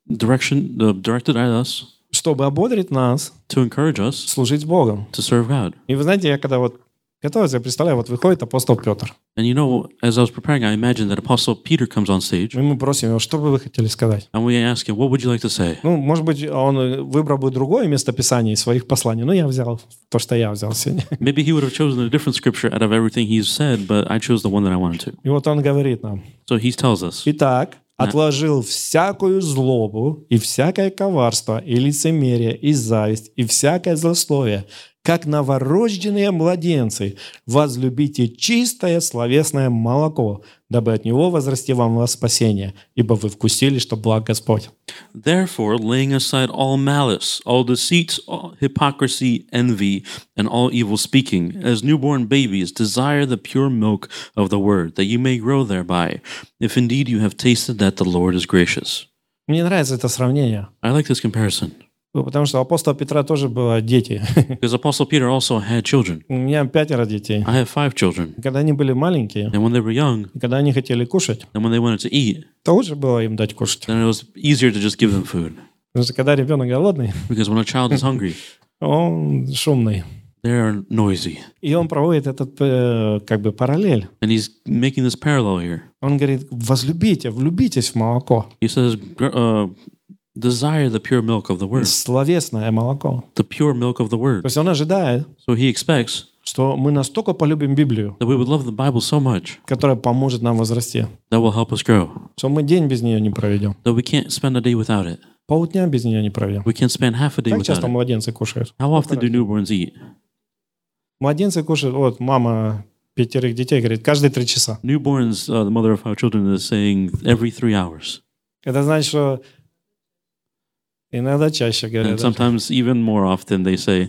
B: direction uh, directed at us
A: чтобы ободрить нас
B: to encourage us
A: служить Богу.
B: to serve God.
A: И вы знаете, я когда вот готовился, я представляю, вот выходит апостол Петр,
B: And you know, as I was preparing, I imagined that Apostle Peter comes on stage
A: и мы просим его, что бы вы хотели сказать?
B: and we ask him, What would you like to say?
A: Ну, может быть, он э, выбрал бы другое местописание из своих посланий, но я взял то, что я взял сегодня.
B: Maybe he would have chosen a different scripture out of everything he's said, but I chose the one that I wanted to.
A: И вот он говорит нам.
B: So he tells us,
A: Итак, отложил всякую злобу и всякое коварство, и лицемерие, и зависть, и всякое злословие, как новорожденные младенцы, возлюбите чистое словесное молоко, дабы от него возрасти вам во спасение, ибо вы вкусили, что благ Господь.
B: Therefore, laying aside all malice, all deceit, all hypocrisy, envy, and all evil speaking, as newborn babies, desire the pure milk of the word, that you may grow thereby, if indeed you have tasted that the Lord is gracious.
A: Мне нравится это сравнение,
B: I like this comparison
A: ну, потому что у апостола Петра тоже было дети.
B: because Apostle Peter also had children.
A: У меня пятеро детей.
B: I have five children.
A: Когда они были маленькие,
B: And when they were young,
A: и когда они хотели кушать,
B: and when they wanted to eat,
A: то лучше было им дать кушать.
B: then it was easier to just give them food.
A: Потому что когда ребенок голодный,
B: Because when a child is hungry,
A: он шумный.
B: They are noisy.
A: И он проводит этот э, как бы параллель.
B: And he's making this parallel here.
A: Он говорит, возлюбите, влюбитесь в молоко,
B: He says, "Gr- uh, desire the pure milk of the word,
A: словесное молоко.
B: the pure milk of
A: То
B: the word.
A: есть он ожидает,
B: So he expects
A: что мы настолько полюбим Библию,
B: that we would love the Bible so much
A: которая поможет нам возрасти,
B: that will help us grow,
A: что мы день без нее не проведем,
B: that we can't spend a day without it.
A: полдня без нее не проведем.
B: We can't spend half a day
A: Как
B: without
A: часто
B: it.
A: младенцы кушают?
B: How often do newborns eat?
A: Младенцы кушают, вот мама пятерых детей говорит, каждые три часа.
B: Newborns, uh, the mother of our children, is saying every three hours,
A: Это значит, что иногда чаще
B: and
A: говорят.
B: sometimes even more often. They say,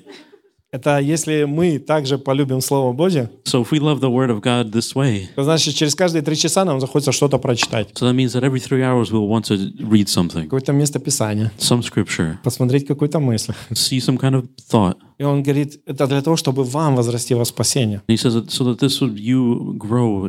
A: Это если мы также полюбим Слово Божье,
B: "So if we love the Word of God this way,
A: то Ну, значит через каждые три часа нам захочется что-то прочитать.
B: so that means that every three hours we'll want to read something,
A: Какое-то место Писания,
B: some scripture,
A: посмотреть какую-то мысль.
B: see some kind of thought." And
A: И он говорит, это для того, чтобы вам возрасти во спасение.
B: he says that so that this would you grow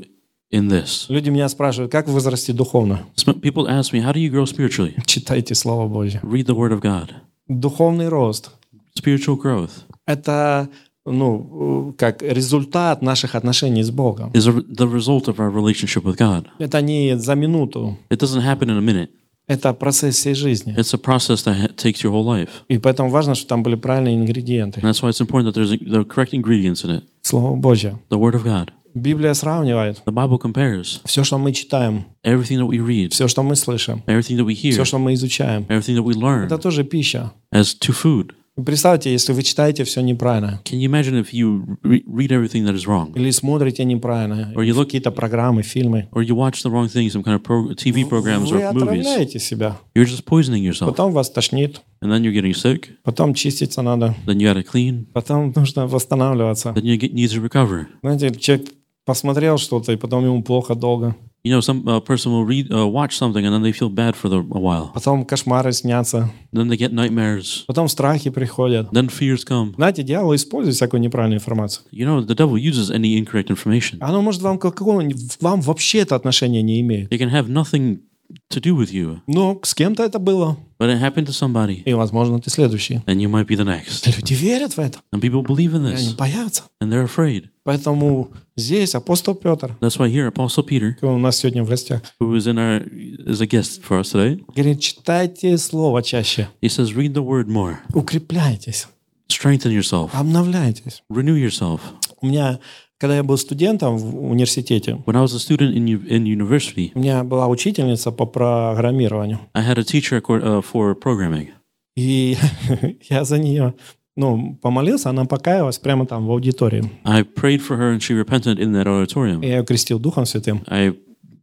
B: in this.
A: Люди меня spрашивают, как возрасти духовно?
B: Some People ask me, "How do you grow spiritually?"
A: Читайте Слово Божье.
B: Read the Word of God.
A: Духовный рост
B: Spiritual growth
A: — это ну, э, как результат наших отношений с Богом.
B: is a, the result of our relationship with God.
A: Это не за минуту,
B: It doesn't happen in a minute.
A: это процесс всей жизни.
B: It's a process that ha- takes your whole life.
A: И поэтому важно, чтобы там были правильные ингредиенты.
B: And that's why it's important that there's the correct ingredients in it.
A: Слово Божье.
B: The Word of God.
A: Библия сравнивает
B: The Bible compares
A: все, что мы читаем,
B: everything that we read,
A: все, что мы слышим,
B: everything that we hear,
A: все, что мы изучаем.
B: everything that we learn
A: Это тоже пища.
B: as to food.
A: Представьте, если вы читаете все неправильно,
B: Can you imagine if you re- read everything that is wrong?
A: или смотрите неправильно,
B: Or you look-
A: какие-то программы, фильмы,
B: Or you watch the wrong things, some kind of pro- TV programs
A: вы
B: or movies.
A: отравляете себя.
B: You're just poisoning yourself.
A: Потом вас тошнит,
B: And then you're getting sick.
A: потом чиститься надо,
B: Then you got to clean.
A: потом нужно восстанавливаться.
B: Then you get, need to recover.
A: Знаете, человек посмотрел что-то, и потом ему плохо долго.
B: You know, some uh, person will read, uh, watch something, and then they feel bad for the, a while.
A: Потом кошмары снятся,
B: Then they get nightmares.
A: потом страхи приходят.
B: Then fears come.
A: Знаете, дьявол использует всякую неправильную информацию.
B: You know, the devil uses any incorrect information.
A: Оно может вам какого вам вообще это отношение не имеет.
B: It can have nothing to do with you,
A: Но с кем-то это было.
B: but it happened to somebody,
A: И, возможно, ты следующий.
B: and you might be the next.
A: Люди верят в это.
B: And people believe in
A: Они
B: this,
A: боятся.
B: and they're afraid.
A: Поэтому здесь апостол Петр,
B: That's why here, Apostle Peter,
A: у нас сегодня в гостях,
B: who is in our is a guest for us today,
A: говорит, читайте слово чаще,
B: he says, "Read the word more,
A: укрепляйтесь,
B: strengthen yourself,
A: обновляйтесь.
B: renew yourself."
A: У меня, когда я был студентом в университете,
B: When I was a student in u- in university,
A: у меня была учительница по программированию.
B: I had a teacher co- uh, for programming,
A: И я за нее ну, помолился, она покаялась прямо там в аудитории.
B: I prayed for her and she repented in that auditorium.
A: Я ее крестил Духом Святым,
B: I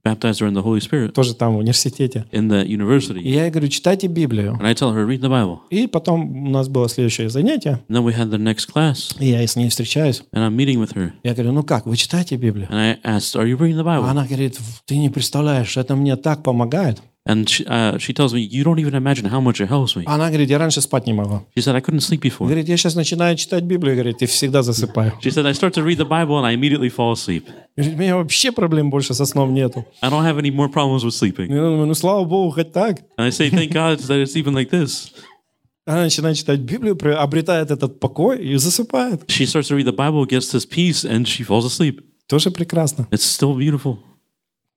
B: baptized her in the Holy Spirit
A: тоже там в университете.
B: in the
A: И
B: university.
A: я ей говорю, читайте Библию.
B: And I tell her, read the Bible.
A: И потом у нас было следующее занятие,
B: And then we had the next class,
A: и я с ней встречаюсь.
B: and I'm meeting with her.
A: Я говорю, ну как, вы читаете Библию?
B: And I asked, Are you reading the Bible?
A: А Она говорит, ты не представляешь, это мне так помогает.
B: And she, uh, she tells me, You don't even imagine how much it helps me.
A: Она говорит, я раньше спать не могла.
B: She said, I couldn't sleep before.
A: Говорит, я сейчас начинаю читать Библию, говорит, и всегда засыпаю.
B: She said, I start to read the Bible and I immediately fall asleep.
A: Говорит, у меня вообще проблем больше со сном нету.
B: I don't have any more problems with sleeping.
A: Я думаю, ну слава богу, хоть так.
B: And I say, Thank God that it's even like this.
A: Она начинает читать Библию, при- обретает этот покой и засыпает.
B: She starts to read the Bible, gets this peace, and she falls asleep.
A: Тоже прекрасно.
B: It's still beautiful.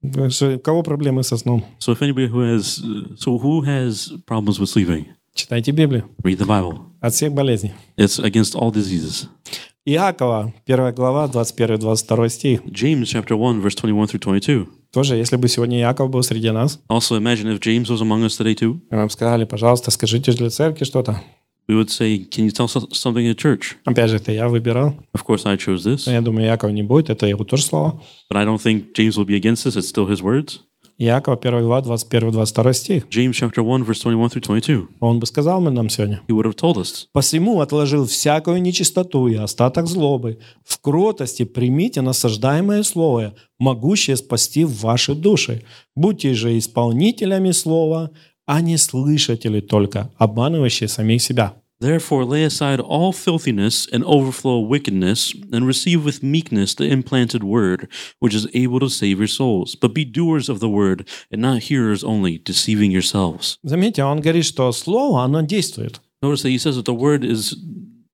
A: Потому что У кого проблемы со сном?
B: So, if anybody who has, uh, so who has problems with sleeping?
A: Читайте Библию.
B: Read the Bible.
A: От всех болезней.
B: It's against all diseases.
A: Иакова, 1 глава, 21-22 стих.
B: James chapter 1, verse 21 through 22.
A: Тоже, если бы сегодня Иаков был среди нас,
B: Also, imagine if James was among us today too.
A: и нам сказали, пожалуйста, скажите для церкви что-то.
B: We would say, Can you tell us something at church?
A: Опять же, это я выбирал.
B: Of course, I chose this,
A: Но Ну, Я думаю, Якова не будет, это его тоже слово.
B: but I don't think James will be against this. It's still his words.
A: Якова, 1 глава, 21-22 стих.
B: James chapter 1, verse 21 through 22.
A: Он бы сказал мы нам сегодня.
B: He would have told us.
A: «Посему отложил всякую нечистоту и остаток злобы. В кротости примите насаждаемое слово, могущее спасти ваши души. Будьте же исполнителями слова, а не слышатели только, обманывающие самих себя».
B: Therefore, lay aside all filthiness and overflow of wickedness, and receive with meekness the implanted word, which is able to save your souls. But be doers of the word, and not hearers only, deceiving yourselves.
A: Заметьте, он говорит, что слово, оно действует.
B: Notice that he says that the word is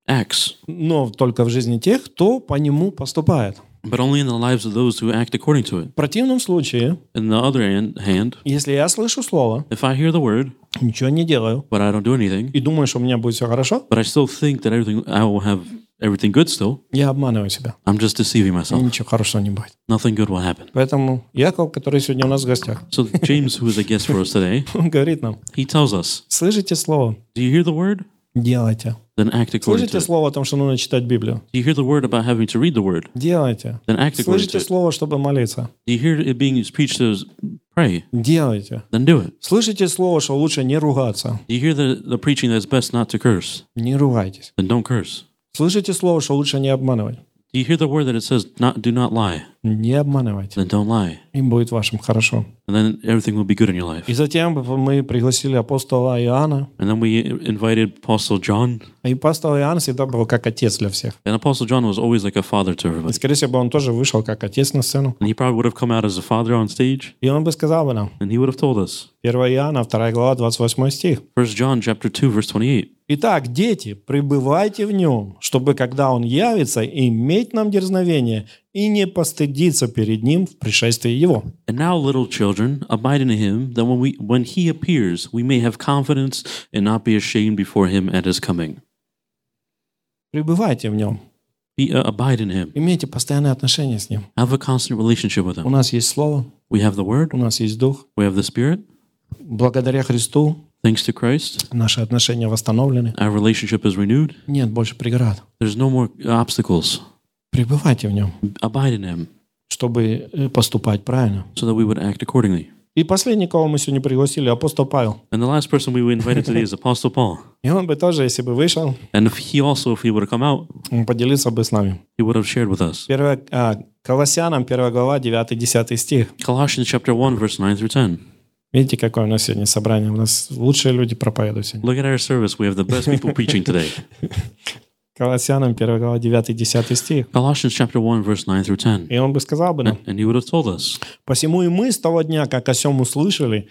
B: acts,
A: но только в жизни тех, кто по нему поступает.
B: but only in the lives of those who act according to it.
A: В противном случае,
B: In the other hand, hand,
A: если я слышу слово,
B: if I hear the word,
A: ничего не делаю,
B: but I don't do anything,
A: и думаю, что у меня будет все хорошо,
B: but I still think that everything I will have everything good still,
A: я обманываю себя.
B: I'm just deceiving myself.
A: Ничего хорошего не будет.
B: Nothing good will happen.
A: Поэтому Яков, который сегодня у нас в гостях,
B: So James, who is a guest for us today,
A: он говорит нам,
B: he tells us,
A: слышите слово,
B: do you hear the word?
A: делайте.
B: Then act according to
A: Слышите
B: it.
A: слово о том, что нужно читать Библию,
B: Do you hear the word about having to read the word?
A: делайте.
B: Then act according to
A: Слышите
B: it.
A: слово, чтобы молиться,
B: Do you hear it being preached to us? Pray.
A: делайте.
B: Then do it.
A: Слышите слово, что лучше не ругаться,
B: Do you hear the, the preaching that it's best not to curse?
A: не ругайтесь.
B: Then don't curse.
A: Слышите слово, что лучше не обманывать,
B: Do you hear the word that it says not do not lie?
A: не обманывайте.
B: Then don't lie.
A: Им будет вашим хорошо.
B: And then everything will be good in your life.
A: И затем мы пригласили апостола Иоанна.
B: And then we invited Apostle John.
A: И апостол Иоанн всегда был как отец для всех.
B: And Apostle John was always like a father to
A: И,
B: everybody.
A: скорее всего, он тоже вышел как отец на сцену.
B: And he probably would have come out as a father on stage
A: И он бы сказал бы нам,
B: and he would have told us.
A: 1 Иоанна, 2 глава, 28 стих.
B: First John chapter 2 verse 28.
A: Итак, дети, пребывайте в нем, чтобы, когда он явится, иметь нам дерзновение и не постыдиться перед ним в пришествии его.
B: And now little children abide in him that when we when he appears we may have confidence and not be ashamed before him at his coming.
A: Пребывайте в нем,
B: Be, uh, abide in him.
A: имейте постоянные отношения с ним.
B: Have a constant relationship with
A: У
B: him.
A: нас есть Слово,
B: We have the word,
A: у нас есть Дух.
B: we have the spirit.
A: Благодаря Христу
B: Thanks to Christ,
A: наши отношения восстановлены.
B: our relationship is renewed.
A: Нет больше преград.
B: There's no more obstacles.
A: Пребывайте в нем,
B: Abide in him
A: чтобы э, поступать правильно.
B: so that we would act accordingly.
A: И последний, кого мы сегодня пригласили, апостол Павел.
B: And the last person we invited today is Apostle Paul.
A: И он бы тоже, если бы вышел,
B: And if he also, if he would have come out,
A: он поделился бы с нами.
B: he would have shared with us.
A: Первое, а, Колоссянам, 1 глава, 9-10 стих.
B: Colossians chapter 1, verse 9 through 10.
A: Видите, какое у нас сегодня собрание? У нас лучшие люди проповедуют сегодня.
B: Look at our service. We have the best people preaching today.
A: Колоссянам, 1 глава, 9-10 стих.
B: Colossians chapter 1, verse 9 through 10.
A: И он бы сказал бы нам,
B: And he would have told us,
A: Посему и мы с того дня, как о сем услышали,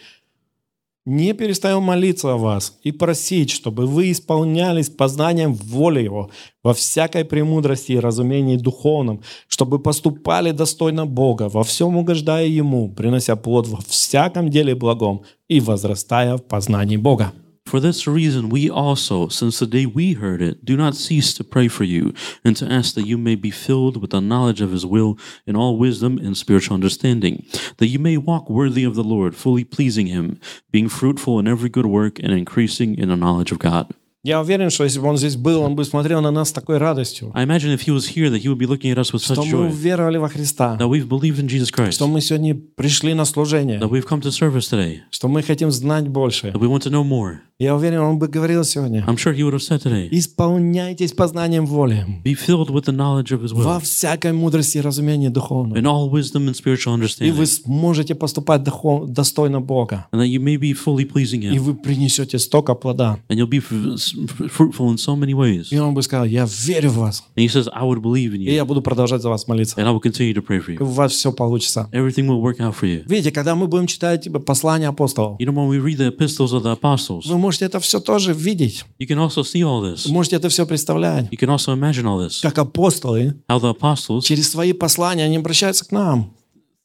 A: не перестаем молиться о вас и просить, чтобы вы исполнялись познанием воли Его во всякой премудрости и разумении духовном, чтобы поступали достойно Бога, во всем угождая Ему, принося плод во всяком деле благом и возрастая в познании Бога.
B: For this reason, we also, since the day we heard it, do not cease to pray for you and to ask that you may be filled with the knowledge of his will in all wisdom and spiritual understanding, that you may walk worthy of the Lord, fully pleasing him, being fruitful in every good work and increasing in the knowledge of God.
A: Я уверен, что если бы он здесь был, он бы смотрел на нас с такой радостью,
B: I imagine if he was here that he would be looking at us with
A: что
B: such
A: мы
B: joy
A: веровали во Христа,
B: that we've believed in Jesus Christ,
A: что мы сегодня пришли на служение,
B: that we've come to service today,
A: что мы хотим знать больше.
B: that we want to know more.
A: Я уверен, он бы говорил сегодня.
B: I'm sure he would have said today,
A: Исполняйтесь познанием воли
B: be filled with the knowledge of his
A: во
B: will
A: всякой мудрости и разумении духовном.
B: in all wisdom and spiritual
A: И вы
B: understanding,
A: сможете поступать дохо- достойно Бога.
B: and that you may be fully pleasing him.
A: И вы принесете столько плода.
B: and you'll be fr- fr- fruitful in so many ways.
A: И
B: And
A: он бы сказал, я верю в вас.
B: he says, I would believe in
A: И
B: you,
A: я буду продолжать за вас молиться.
B: and I will continue to pray for
A: И
B: you.
A: у вас все получится.
B: Everything will work out for you.
A: Видите, когда мы будем читать типа, послания апостолов,
B: You know, when we read the epistles of the apostles,
A: вы можете это все тоже видеть.
B: you can also see all this.
A: Вы можете это все представлять.
B: You can also imagine all this.
A: Как апостолы
B: How the apostles,
A: через свои послания они обращаются к нам.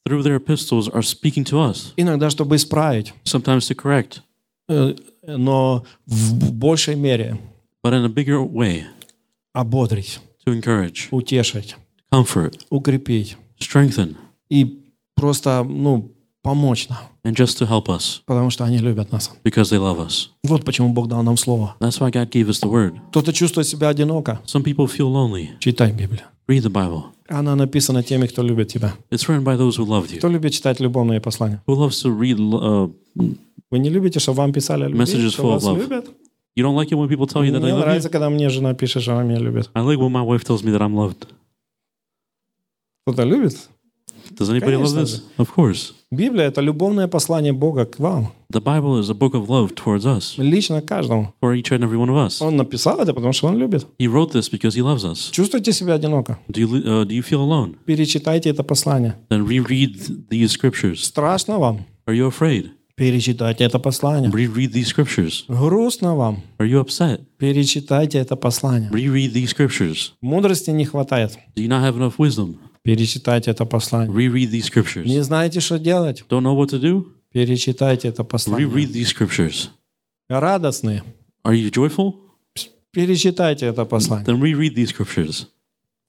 B: through their epistles, are speaking to us,
A: Иногда, чтобы исправить.
B: sometimes to correct,
A: Э, Но в большей мере
B: but in a bigger way,
A: ободрить,
B: to encourage,
A: утешить.
B: comfort,
A: укрепить
B: strengthen,
A: и просто, ну, помочь нам,
B: and just to help us
A: потому что они любят нас.
B: because they love us.
A: Вот почему Бог дал нам слово.
B: That's why God gave us the word.
A: Кто-то чувствует себя одиноко,
B: Some people feel lonely.
A: читай Библию.
B: Read the Bible.
A: Она написана теми, кто любит тебя.
B: It's written by those who loved you.
A: Кто любит читать любовные послания?
B: Who loves to read uh,
A: Вы не любите, чтобы вам писали о любви,
B: Messages
A: что
B: full of
A: вас
B: love.
A: любят?
B: You don't like it when people tell you that
A: Мне
B: they love
A: нравится,
B: you?
A: когда мне жена пишет, что она меня любит.
B: I like when my wife tells me that I'm loved.
A: Кто-то любит?
B: Does anybody love
A: Конечно
B: this? Of course.
A: Библия — это любовное послание Бога к вам,
B: The Bible is a book of love towards us,
A: лично каждому.
B: for each and every one of us.
A: Он написал это, потому что он любит.
B: He wrote this because he loves us.
A: Чувствуете себя одиноко?
B: Do you, uh, do you feel alone?
A: Перечитайте это послание.
B: Then reread these scriptures.
A: Страшно вам?
B: Are you afraid?
A: Перечитайте это послание.
B: Reread these scriptures.
A: Грустно вам.
B: Are you upset?
A: Перечитайте это послание.
B: Reread these scriptures.
A: Мудрости не хватает.
B: Do you not have enough wisdom?
A: Перечитайте это послание.
B: Reread these scriptures.
A: Не знаете, что делать?
B: Don't know what to do?
A: Перечитайте это послание.
B: Reread these scriptures.
A: Радостные.
B: Are you joyful?
A: Перечитайте это послание.
B: Then reread these scriptures.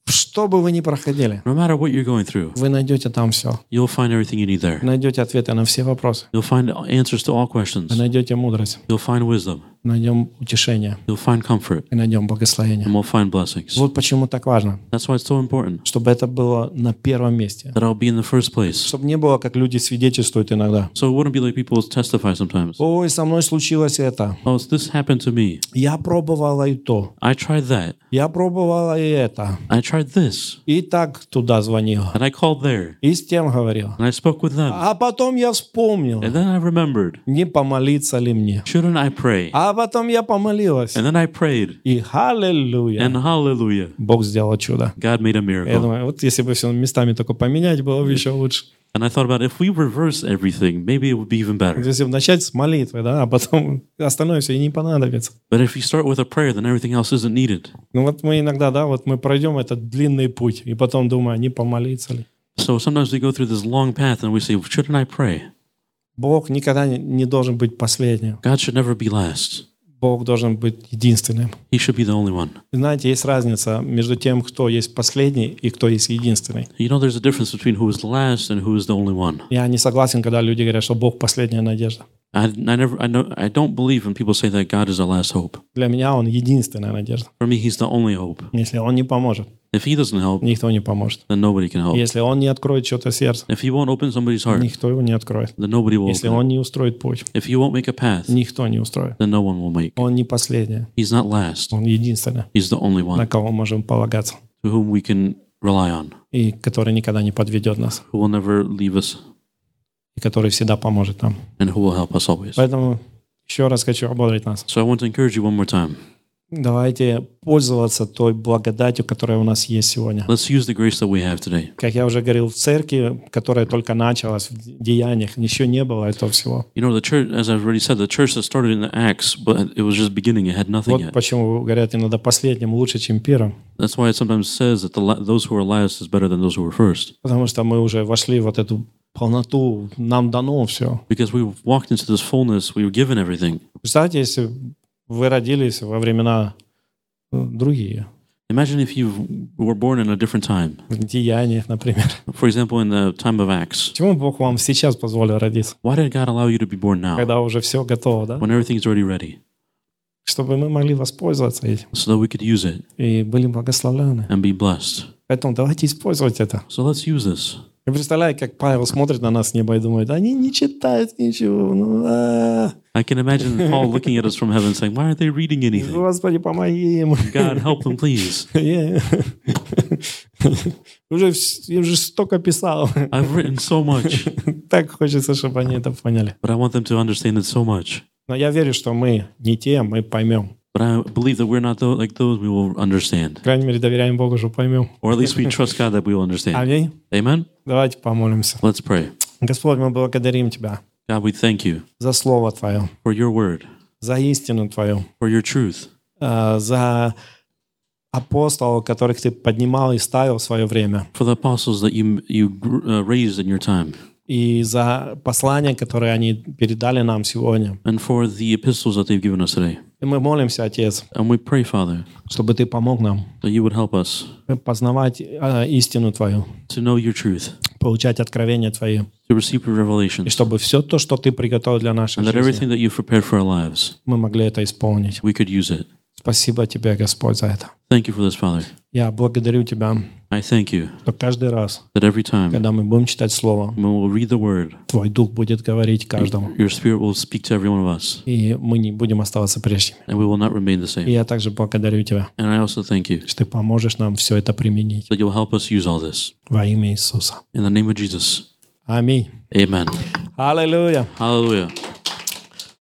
A: Что бы вы ни проходили,
B: No matter what you're going through,
A: вы найдете там все.
B: you'll find everything you need there.
A: Найдете ответы на все вопросы.
B: You'll find answers to all questions.
A: Найдете мудрость.
B: You'll find wisdom.
A: Найдем утешение.
B: You'll find comfort.
A: И найдем благословение.
B: And we'll find blessings.
A: Вот почему так важно,
B: That's why it's so important
A: чтобы это было на первом месте.
B: that I'll be in the first place.
A: Чтобы не было, как люди свидетельствуют иногда.
B: So it wouldn't be like people testify sometimes.
A: Ой, со мной случилось это.
B: Oh, this happened to me.
A: Я пробовала и то.
B: I tried that.
A: Я пробовала и это.
B: I tried this.
A: И так туда звонила.
B: And I called there.
A: И с тем говорила.
B: And I spoke with them.
A: А потом я вспомнил,
B: And then I remembered.
A: не помолиться ли мне.
B: Shouldn't I pray?
A: А потом я помолилась.
B: And then I prayed.
A: И аллилуйя.
B: And hallelujah.
A: Бог сделал чудо.
B: God made
A: Я
B: a miracle.
A: думаю, вот если бы все местами только поменять, было бы еще лучше.
B: And I thought about if we reverse everything, maybe it would be even
A: Вот
B: better.
A: Если бы начать с молитвы, да, а потом остальное все и не понадобится.
B: But if you start with a prayer, then everything else isn't needed.
A: Ну вот мы иногда, да, вот мы пройдем этот длинный путь, и потом думаю, а не помолиться ли.
B: So sometimes we go through this long path and we say, shouldn't I pray?
A: Бог никогда не- не должен быть последним.
B: God should never be last.
A: Бог должен быть единственным.
B: He should be the only one.
A: И Знаете, есть разница между тем, кто есть последний и кто есть единственный.
B: You know, there's a difference between who is last and who is the only one.
A: Я не согласен, когда люди говорят, что Бог последняя надежда.
B: I, I never, I know, I don't believe when people say that God is our last hope.
A: Для меня Он единственная надежда.
B: For me, He's the only hope.
A: Если Он не поможет,
B: If He doesn't help,
A: никто не поможет.
B: then nobody can help.
A: Если Он не откроет что-то сердце,
B: If He won't open somebody's heart,
A: никто его не откроет.
B: then nobody will.
A: Если
B: Open. it.
A: Он не устроит путь,
B: If He won't make a path,
A: никто не устроит.
B: then no one will make.
A: Он не последний,
B: He's not last.
A: Он единственный,
B: He's the only
A: на
B: one
A: кого можем полагаться
B: to whom we can rely on,
A: и который никогда не подведет нас,
B: who will never leave us,
A: и который всегда поможет нам.
B: and who will help us always.
A: Поэтому еще раз хочу ободрить нас.
B: So I want to encourage you one more time.
A: Давайте пользоваться той благодатью, которая у нас есть сегодня.
B: Let's use the grace that we have today.
A: Как я уже говорил, в церкви, которая только началась, в деяниях, еще не было этого всего.
B: You know, the church, as I've already said, the church that started in the Acts, but it was just beginning. It had nothing
A: Вот
B: yet.
A: почему говорят иногда последним лучше, чем первым.
B: That's why it sometimes says that the la- those who are last is better than those who were first,
A: Потому что мы уже вошли в вот эту полноту, нам дано все.
B: because we walked into this fullness. We were given everything.
A: Представьте, если вы родились во времена э, другие,
B: Imagine if you were born in a different time.
A: в деяниях, например.
B: For example, in the time of Acts,
A: Почему Бог вам сейчас позволил родиться,
B: why did God allow you to be born now,
A: когда уже все готово, да?
B: when everything's already ready,
A: Чтобы мы могли воспользоваться этим
B: so that we could use it
A: и были благословлены.
B: and be blessed?
A: Поэтому давайте использовать это.
B: So let's use this.
A: Я представляю, как Павел смотрит на нас с неба и думает, они не читают ничего. ну, а,
B: I can imagine Paul looking at us from heaven, saying, "Why aren't they reading anything?
A: Господи, помоги им.
B: God, help them, please.
A: Я- Уже, вс- я уже столько писал.
B: I've written so much,
A: Так хочется, чтобы они это поняли.
B: but I want them to understand it so much."
A: Но я верю, что мы не те, мы поймем.
B: But I believe that we're not tho- like those. We will
A: По
B: understand,
A: крайней мере, доверяем Богу, что поймем.
B: or at least we trust God that we will understand.
A: Аминь.
B: Amen.
A: Давайте помолимся.
B: Let's pray.
A: Господь, мы благодарим Тебя
B: God, we thank you
A: за Слово Твое,
B: for your word,
A: за истину Твою,
B: for your truth,
A: э, за апостолов, которых Ты поднимал и ставил в свое время,
B: for the apostles that you you uh, raised in your time,
A: и за послания, которые они передали нам сегодня.
B: and for the epistles that they've given us today.
A: И мы молимся, Отец,
B: And we pray, Father,
A: чтобы Ты помог нам
B: that you would help us
A: познавать э, истину Твою,
B: to know your truth,
A: получать откровения Твои,
B: to receive your
A: и
B: revelation,
A: чтобы все то, что Ты приготовил для нашей
B: and that
A: жизни,
B: everything that you've prepared for our lives,
A: мы могли это исполнить.
B: we could use it.
A: Спасибо Тебе, Господь, за это.
B: Thank you for this, Father.
A: Я благодарю Тебя,
B: I thank you
A: что каждый раз,
B: that every time
A: когда мы будем читать Слово,
B: when we'll read the word,
A: Твой Дух будет говорить каждому,
B: your Spirit will speak to every one of us,
A: и мы не будем оставаться прежними.
B: and we will not remain the
A: И
B: same.
A: я также благодарю Тебя,
B: And I also thank you
A: что Ты поможешь нам все это применить
B: that you'll help us use all this.
A: во имя Иисуса.
B: In the name of Jesus,
A: Аминь.
B: amen.
A: Аллилуйя.
B: Hallelujah.